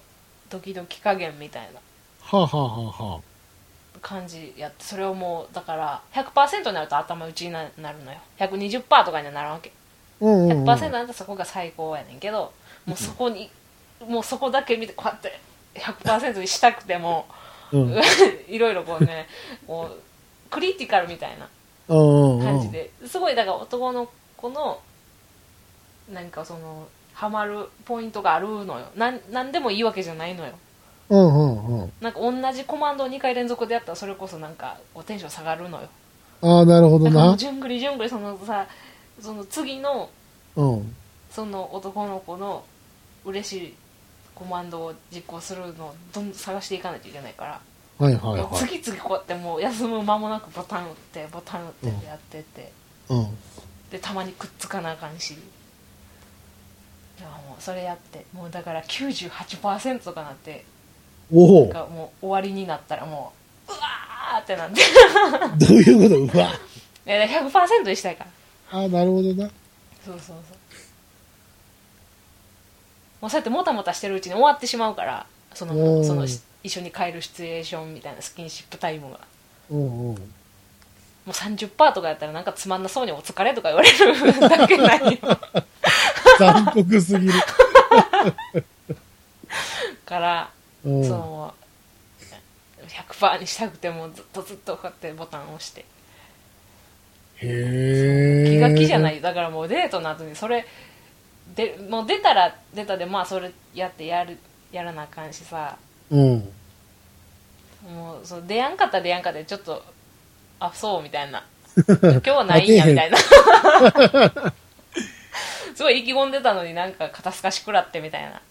[SPEAKER 2] ドキドキ加減みたいな
[SPEAKER 3] あ、はあはあはあ、
[SPEAKER 2] 感じやって、それをもう、だから、100%になると頭打ちになるのよ。120%とかにはなるわけ。
[SPEAKER 3] うんうん、うん。
[SPEAKER 2] 100%なんてそこが最高やねんけどもうそこにもうそこだけ見てこうやって100%にしたくても
[SPEAKER 3] うん。
[SPEAKER 2] いろいろこうねこうクリティカルみたいな
[SPEAKER 3] うんうん
[SPEAKER 2] 感じ。ですごいだから男の子の何かそのハマるポイントがあるのよなんなんでもいいわけじゃないのよ
[SPEAKER 3] うんうんうん。
[SPEAKER 2] なんか同じコマンドを2回連続でやったらそれこそなんかこうテンション下がるのよ
[SPEAKER 3] ああ、なるほど
[SPEAKER 2] だからも
[SPEAKER 3] な
[SPEAKER 2] う。じゅんぐりじゅんぐりそのさその次の
[SPEAKER 3] うん。
[SPEAKER 2] その男の子の嬉しいコマンドを実行するのをどんどん探していかないといけないから、
[SPEAKER 3] はいはいはい。
[SPEAKER 2] 次々こうやってもう休む間もなくボタン打ってボタン打ってってやってて、
[SPEAKER 3] うん。
[SPEAKER 2] でたまにくっつかなあかんしいやもうそれやってもうだから98%とかなって
[SPEAKER 3] おお、ど
[SPEAKER 2] がもう終わりになったらもううわーってなって
[SPEAKER 3] ういうことうわ。
[SPEAKER 2] いやだから100%にしたいから
[SPEAKER 3] ああ、なるほどな。
[SPEAKER 2] そうそうそうもうそうやってもたもたしてるうちに終わってしまうからそ
[SPEAKER 3] お
[SPEAKER 2] の
[SPEAKER 3] ー
[SPEAKER 2] そのし一緒に帰るシチュエーションみたいなスキンシップタイムが
[SPEAKER 3] うんう
[SPEAKER 2] も
[SPEAKER 3] ん。
[SPEAKER 2] う30%とかやったらなんかつまんなそうに「お疲れ」とか言われるだけない
[SPEAKER 3] 残酷すぎる。
[SPEAKER 2] から、
[SPEAKER 3] うん。
[SPEAKER 2] その100%にしたくてもずっとずっとこうやってボタンを押して
[SPEAKER 3] へえ。。
[SPEAKER 2] 気が気じゃないいだからもうデートの後にそれでもう出たら出たでまあそれやってやるやらなあかんしさ
[SPEAKER 3] うん。
[SPEAKER 2] もうそう出やんかったら出やんかでちょっとあそうみたいな今日はないんやみたいなすごい意気込んでたのになんか肩透かし食らってみたいな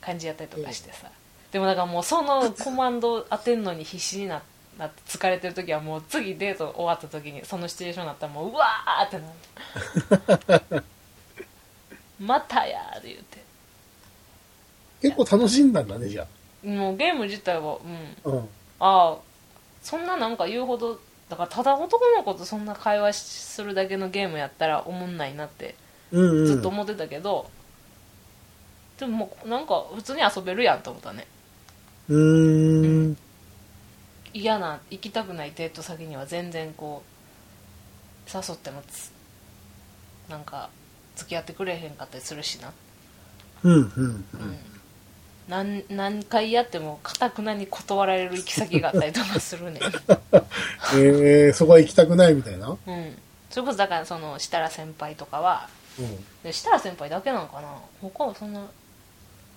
[SPEAKER 2] 感じやったりとかしてさでもなんかもうそのコマンド当てんのに必死にななって疲れてる時はもう次デート終わった時にそのシチュエーションになったらもううわーってなるまたやーって言っ
[SPEAKER 3] 結構楽しんだんだね、じゃ
[SPEAKER 2] てもうゲーム自体はうん
[SPEAKER 3] あ。うん。
[SPEAKER 2] ああそんななんか言うほどだからただ男の子とそんな会話するだけのゲームやったらおもんないなって
[SPEAKER 3] うん、うん。
[SPEAKER 2] ずっと思ってたけど、でももうなんか普通に遊べるやんと思ったね
[SPEAKER 3] うーん。
[SPEAKER 2] 嫌な行きたくないデート先には全然こう誘ってもつなんか付き合ってくれへんかったりするしな
[SPEAKER 3] うん、うん。
[SPEAKER 2] 何何回やってもかたくなに断られる行き先があったりとかするね
[SPEAKER 3] ええ、そこは行きたくないみたいな。
[SPEAKER 2] うんそれこそだからその設楽先輩とかは
[SPEAKER 3] うん。
[SPEAKER 2] で設楽先輩だけなのかな他はそんな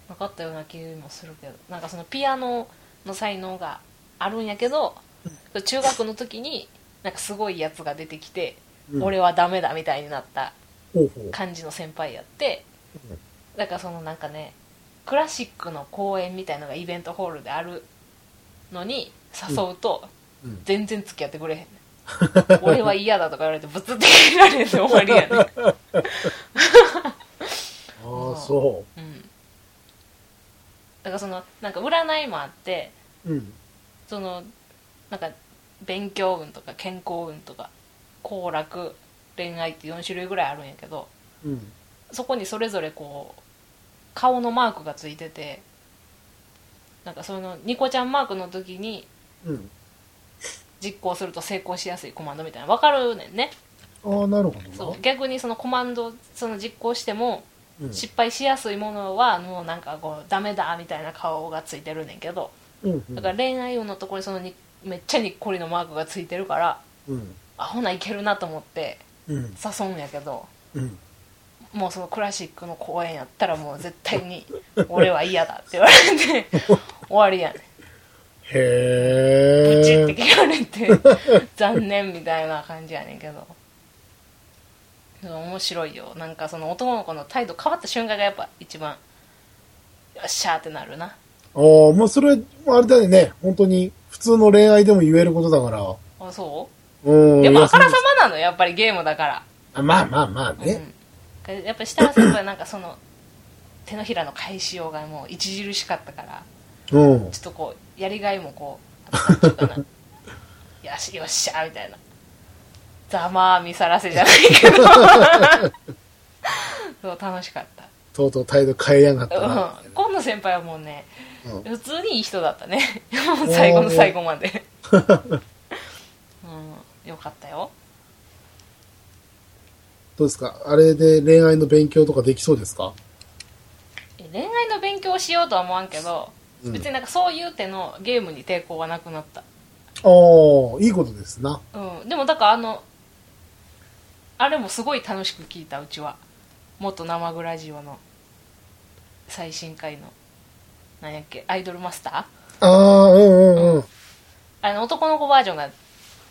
[SPEAKER 2] なかったような気もするけどなんかそのピアノの才能があるんやけど中学の時になんかすごいやつが出てきて、
[SPEAKER 3] うん
[SPEAKER 2] 俺はダメだみたいになった
[SPEAKER 3] ほうほう。
[SPEAKER 2] 感じの先輩やって
[SPEAKER 3] うん
[SPEAKER 2] だからそのなんかねクラシックの公演みたいのがイベントホールであるのに誘うと
[SPEAKER 3] うんうん
[SPEAKER 2] 全然付き合ってくれへんねん、俺は嫌だとか言われてブツって切られて終わりやねん
[SPEAKER 3] ああ、そ
[SPEAKER 2] うんだからそのなんか占いもあって
[SPEAKER 3] う。うん。
[SPEAKER 2] そのなんか勉強運とか健康運とか行楽恋愛って4種類ぐらいあるんやけど
[SPEAKER 3] うん。
[SPEAKER 2] そこにそれぞれこう顔のマークがついててなんかそのニコちゃんマークの時に
[SPEAKER 3] うん。
[SPEAKER 2] 実行すると成功しやすいコマンドみたいな分かるねんね
[SPEAKER 3] ああ、なるほど
[SPEAKER 2] そ
[SPEAKER 3] な
[SPEAKER 2] う。逆にそのコマンドその実行しても
[SPEAKER 3] うん
[SPEAKER 2] 失敗しやすいものはもうなんかこうダメだみたいな顔がついてるねんけど
[SPEAKER 3] うんうん
[SPEAKER 2] だから恋愛運のところにそのにめっちゃにっこりのマークがついてるから
[SPEAKER 3] うん。
[SPEAKER 2] あほないけるなと思って
[SPEAKER 3] うん。
[SPEAKER 2] 誘うんやけど
[SPEAKER 3] うん。
[SPEAKER 2] もうそのクラシックの公演やったらもう絶対 に「俺は嫌だ」って言われて終わりやね
[SPEAKER 3] へ
[SPEAKER 2] んブチ
[SPEAKER 3] え。
[SPEAKER 2] って切られて残念みたいな感じやねんけどでも面白いよなんかその男の子の態度変わった瞬間がやっぱ一番よっしゃーってなるな
[SPEAKER 3] ああ、もうそれ、あれだよね。本当に、普通の恋愛でも言えることだから。
[SPEAKER 2] あ、そう
[SPEAKER 3] うん。
[SPEAKER 2] で
[SPEAKER 3] い
[SPEAKER 2] も、
[SPEAKER 3] や
[SPEAKER 2] あからさまなの、やっぱりゲームだから。
[SPEAKER 3] そんなあまあまあま
[SPEAKER 2] う
[SPEAKER 3] あね。
[SPEAKER 2] んやっぱ設楽先輩なんかその手のひらの返しようがもう著しかったから
[SPEAKER 3] うん
[SPEAKER 2] ちょ。っとこうやりがいもこうあった かなよしよっしゃみたいなざまあ見さらせじゃない けどそう楽しかった
[SPEAKER 3] とうとう態度変えやがったな。
[SPEAKER 2] うん今野先輩はもうね、
[SPEAKER 3] うん
[SPEAKER 2] 普通にいい人だったね もう最後の最後ま で、うん、よかったよ
[SPEAKER 3] どうですかあれで恋愛の勉強とかできそうですか
[SPEAKER 2] え恋愛の勉強をしようとは思わんけど、
[SPEAKER 3] うん
[SPEAKER 2] 別になんかそういう手のゲームに抵抗はなくなった
[SPEAKER 3] おー、いいことですな。
[SPEAKER 2] うんでもだからあのあれもすごい楽しく聞いたうちは元生グラジオの最新回のなんやっけアイドルマスター
[SPEAKER 3] あー、うんうんうん。
[SPEAKER 2] あの男の子バージョンが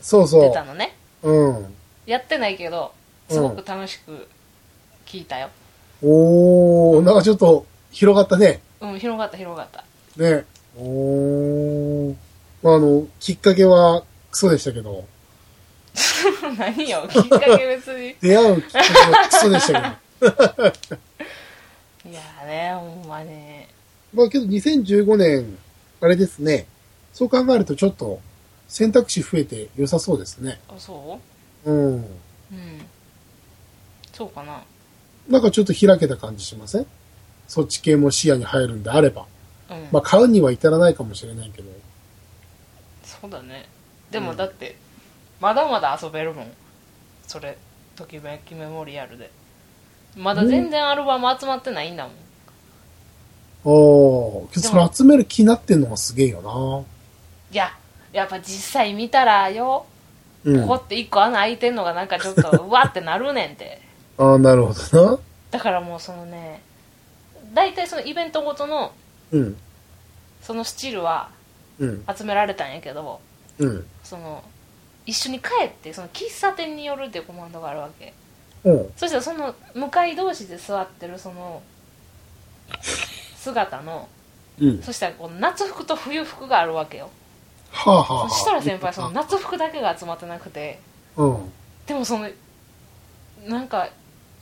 [SPEAKER 3] そうそ
[SPEAKER 2] 出た
[SPEAKER 3] う。
[SPEAKER 2] のね
[SPEAKER 3] うん。
[SPEAKER 2] やってないけどすごく楽しく聞いたよ
[SPEAKER 3] おー、なんかちょっと広がったね。
[SPEAKER 2] うん広がった広がった
[SPEAKER 3] ね。おー。まあ、あの、きっかけはクソでしたけど、
[SPEAKER 2] 何よきっかけ別に
[SPEAKER 3] 出会うきっかけはクソでしたけど。
[SPEAKER 2] いやーねほんまね
[SPEAKER 3] まあけど2015年、あれですね。そう考えるとちょっと選択肢増えて良さそうですね。
[SPEAKER 2] あそ
[SPEAKER 3] うん。
[SPEAKER 2] ううんそうかな
[SPEAKER 3] なんかちょっと開けた感じしませんそっち系も視野に入るんであれば。
[SPEAKER 2] うん
[SPEAKER 3] まあ買うには至らないかもしれないけど。
[SPEAKER 2] そうだねでもだって、まだまだ遊べるもんそれときめきメモリアルでまだ全然アルバム集まってないんだもん、
[SPEAKER 3] おー。けど
[SPEAKER 2] で
[SPEAKER 3] そ
[SPEAKER 2] も
[SPEAKER 3] れ集める気になってんのがすげえよ
[SPEAKER 2] いややっぱ実際見たらよ、
[SPEAKER 3] な。うん。
[SPEAKER 2] ここ
[SPEAKER 3] あ
[SPEAKER 2] って一個穴開いてんのがなんかちょっと うわってなるねんて
[SPEAKER 3] あ、なるほどな。
[SPEAKER 2] だからもうそのね大体そのイベントごとの
[SPEAKER 3] うん。
[SPEAKER 2] そのスチールは
[SPEAKER 3] うん。
[SPEAKER 2] 集められたんやけど
[SPEAKER 3] うん。
[SPEAKER 2] その一緒に帰ってその喫茶店に寄るっていうコマンドがあるわけ
[SPEAKER 3] うん。
[SPEAKER 2] そしたらその向かい同士で座ってるその姿の
[SPEAKER 3] うん。
[SPEAKER 2] そしたらこう夏服と冬服があるわけよ
[SPEAKER 3] はあはあはあ。
[SPEAKER 2] そしたら先輩その夏服だけが集まってなくて
[SPEAKER 3] うん。
[SPEAKER 2] でもそのなんか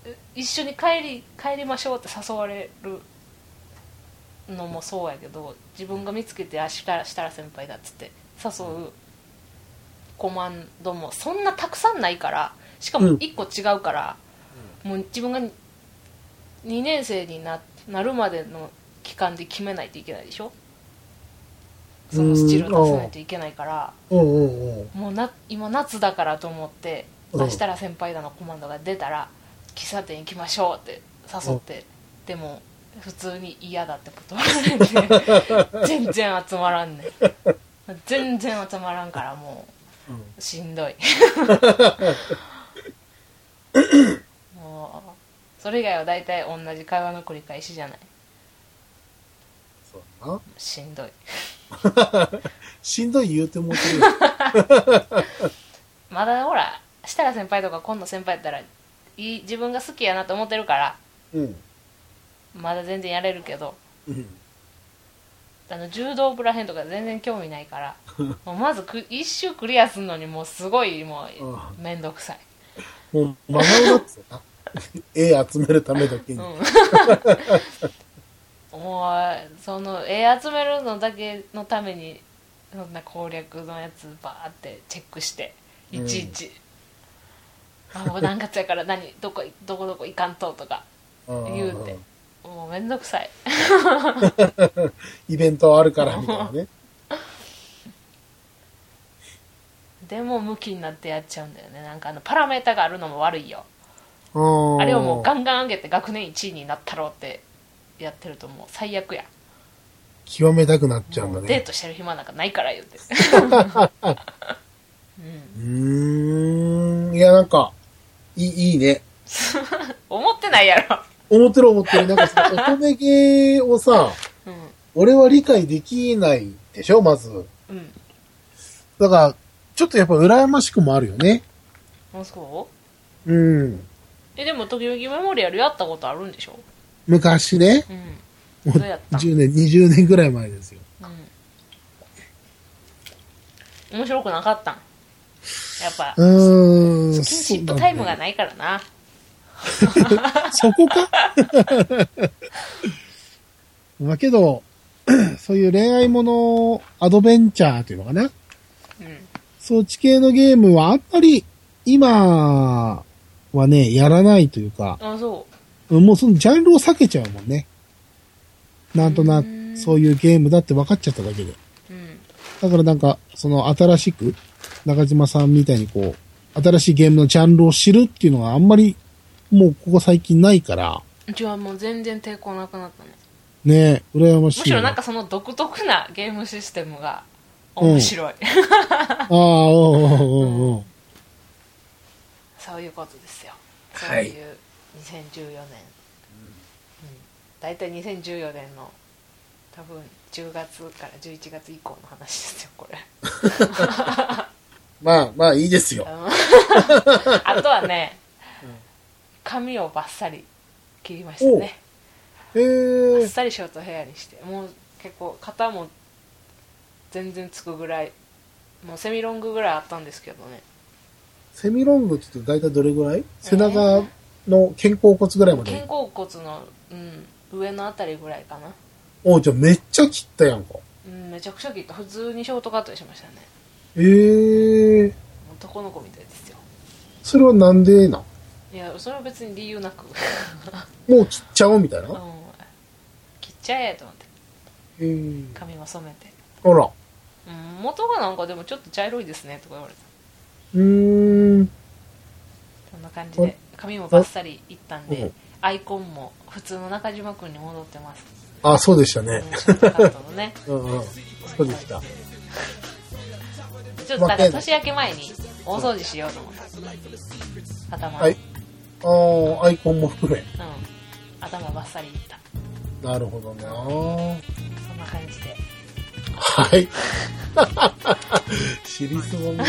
[SPEAKER 2] え一緒に帰り帰りましょうって誘われるのもそうやけど自分が見つけて「あ設楽設楽先輩だ」っつって誘うコマンドもそんなたくさんないからしか
[SPEAKER 3] う
[SPEAKER 2] も
[SPEAKER 3] ん
[SPEAKER 2] 1個違うから、もう自分が2年生にななるまでの期間で決めないといけないでしょそのスチールを出さないといけないから。
[SPEAKER 3] うんうんうん。
[SPEAKER 2] もうな今夏だからと思って
[SPEAKER 3] うん
[SPEAKER 2] 明日ら先輩だのコマンドが出たら喫茶店行きましょうって誘って、でも普通に嫌だって断られ て全然集まらんねん全然集まらんからも
[SPEAKER 3] うん
[SPEAKER 2] うしん どいもうそれ以外は大体同じ会話の繰り返しじゃない
[SPEAKER 3] そうだな。
[SPEAKER 2] しんどい
[SPEAKER 3] しんどい言うてもうてる。
[SPEAKER 2] まだほら設楽先輩とか今度先輩やったらいい自分が好きやなと思ってるから
[SPEAKER 3] うん。
[SPEAKER 2] まだ全然やれるけど
[SPEAKER 3] うん。
[SPEAKER 2] あの柔道部らへんとか全然興味ないから もうまずく一周クリアするのにもうすごいも
[SPEAKER 3] う
[SPEAKER 2] う面倒くさい、
[SPEAKER 3] もう、マナーだっつう な。絵集めるためだけ
[SPEAKER 2] う
[SPEAKER 3] に。
[SPEAKER 2] ん、もうその絵集めるのだけのためにそんな攻略のやつバーってチェックしていちいち、あもう何月やから何 どこどこどこ行かんととか
[SPEAKER 3] うん
[SPEAKER 2] 言うてもう面倒くさい
[SPEAKER 3] イベントあるからみたいなね。
[SPEAKER 2] でも向きになってやっちゃうんだよねなんかあのパラメータがあるのも悪いよ
[SPEAKER 3] あ
[SPEAKER 2] あれをもうガンガン上げて学年1位になったろうってやってるともう最悪や、
[SPEAKER 3] 極めたくなっちゃうん
[SPEAKER 2] も
[SPEAKER 3] だ
[SPEAKER 2] うデ
[SPEAKER 3] ね
[SPEAKER 2] ー。トしてる暇なんかないから言うて
[SPEAKER 3] うーん。いや、なんか、いい、いいね。
[SPEAKER 2] 思ってないやろ、
[SPEAKER 3] 思ってる思ってる。なんか さ、乙女芸をさ、
[SPEAKER 2] う
[SPEAKER 3] 俺は理解できないでしょ、まず。
[SPEAKER 2] んうん
[SPEAKER 3] だから、ちょっとやっぱ羨ましくもあるよね。
[SPEAKER 2] もうそう
[SPEAKER 3] うん。
[SPEAKER 2] えでも「ときめきメモリアル」やったことあるんでしょ
[SPEAKER 3] 昔ね、
[SPEAKER 2] うん
[SPEAKER 3] もう
[SPEAKER 2] どうやった
[SPEAKER 3] 10年、20年ぐらい前ですよ。
[SPEAKER 2] うん面白くなかったんやっぱ
[SPEAKER 3] うーん。
[SPEAKER 2] スキンシップタイムがないからな
[SPEAKER 3] そこ かまあけど、 そういう恋愛もの、アドベンチャーというのかな
[SPEAKER 2] うん
[SPEAKER 3] そっち系のゲームはあんまり、今はね、やらないというか、
[SPEAKER 2] あそ
[SPEAKER 3] もうそのジャンルを避けちゃうもんね。なんとな
[SPEAKER 2] うー
[SPEAKER 3] く、
[SPEAKER 2] ん
[SPEAKER 3] そういうゲームだって分かっちゃっただけで。
[SPEAKER 2] ううん
[SPEAKER 3] だからなんか、その新しく、中島さんみたいにこう、新しいゲームのジャンルを知るっていうのがあんまり、もうここ最近ないから、
[SPEAKER 2] うちはもう全然抵抗なくなったね
[SPEAKER 3] ねえ、羨ましい。
[SPEAKER 2] むしろなんか、その独特なゲームシステムが面白い、
[SPEAKER 3] ああ、おうおうおうおう
[SPEAKER 2] そういうことですよそう
[SPEAKER 1] はい
[SPEAKER 2] いう2014年、うん大体2014年の多分10月から11月以降の話ですよ これ
[SPEAKER 3] まあ、まあいいですよ
[SPEAKER 2] あ。のあとはね、髪をバッサリ切りましたね
[SPEAKER 3] へえ
[SPEAKER 2] バッサリショートヘアにしてもう結構肩も全然つくぐらいもうセミロングぐらいあったんですけどね
[SPEAKER 3] セミロングって言うと大体どれぐらい背中の肩甲骨ぐらいま
[SPEAKER 2] 肩
[SPEAKER 3] で。
[SPEAKER 2] 甲骨の、うん、上のあたりぐらいかな、
[SPEAKER 3] おう、じゃあめっちゃ切ったやんか。
[SPEAKER 2] うん、めちゃくちゃ切った普通にショートカットにしましたね
[SPEAKER 3] ええ
[SPEAKER 2] 男の子みたいですよ
[SPEAKER 3] それはなんでなん
[SPEAKER 2] いやそれは別に理由 なく、
[SPEAKER 3] もう切っちゃおうみたい
[SPEAKER 2] うん
[SPEAKER 3] な。、
[SPEAKER 2] 切っちゃえと思って
[SPEAKER 3] えー、
[SPEAKER 2] 髪も染めて、
[SPEAKER 3] あら。
[SPEAKER 2] うん、元がなんかでもちょっと茶色いですねとか言われた
[SPEAKER 3] うーん。
[SPEAKER 2] そんな感じで髪もバッサリいったんでアイコンも普通の中島君に戻ってます、
[SPEAKER 3] あ、そうでした
[SPEAKER 2] うん
[SPEAKER 3] ね。
[SPEAKER 2] ショートカットの ね
[SPEAKER 3] うんうん。そうでした。
[SPEAKER 2] ちょっとだから年明け前に大掃除しようと思った頭の、
[SPEAKER 3] はいああ、アイコンも含め。
[SPEAKER 2] うん、頭バッサリいった
[SPEAKER 3] なるほどな。
[SPEAKER 2] そんな感じで
[SPEAKER 3] はい。 知りそうな。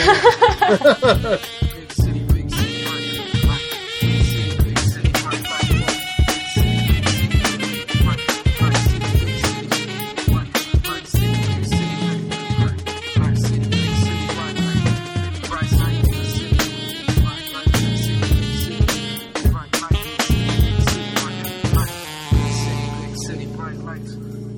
[SPEAKER 4] City, bright lights.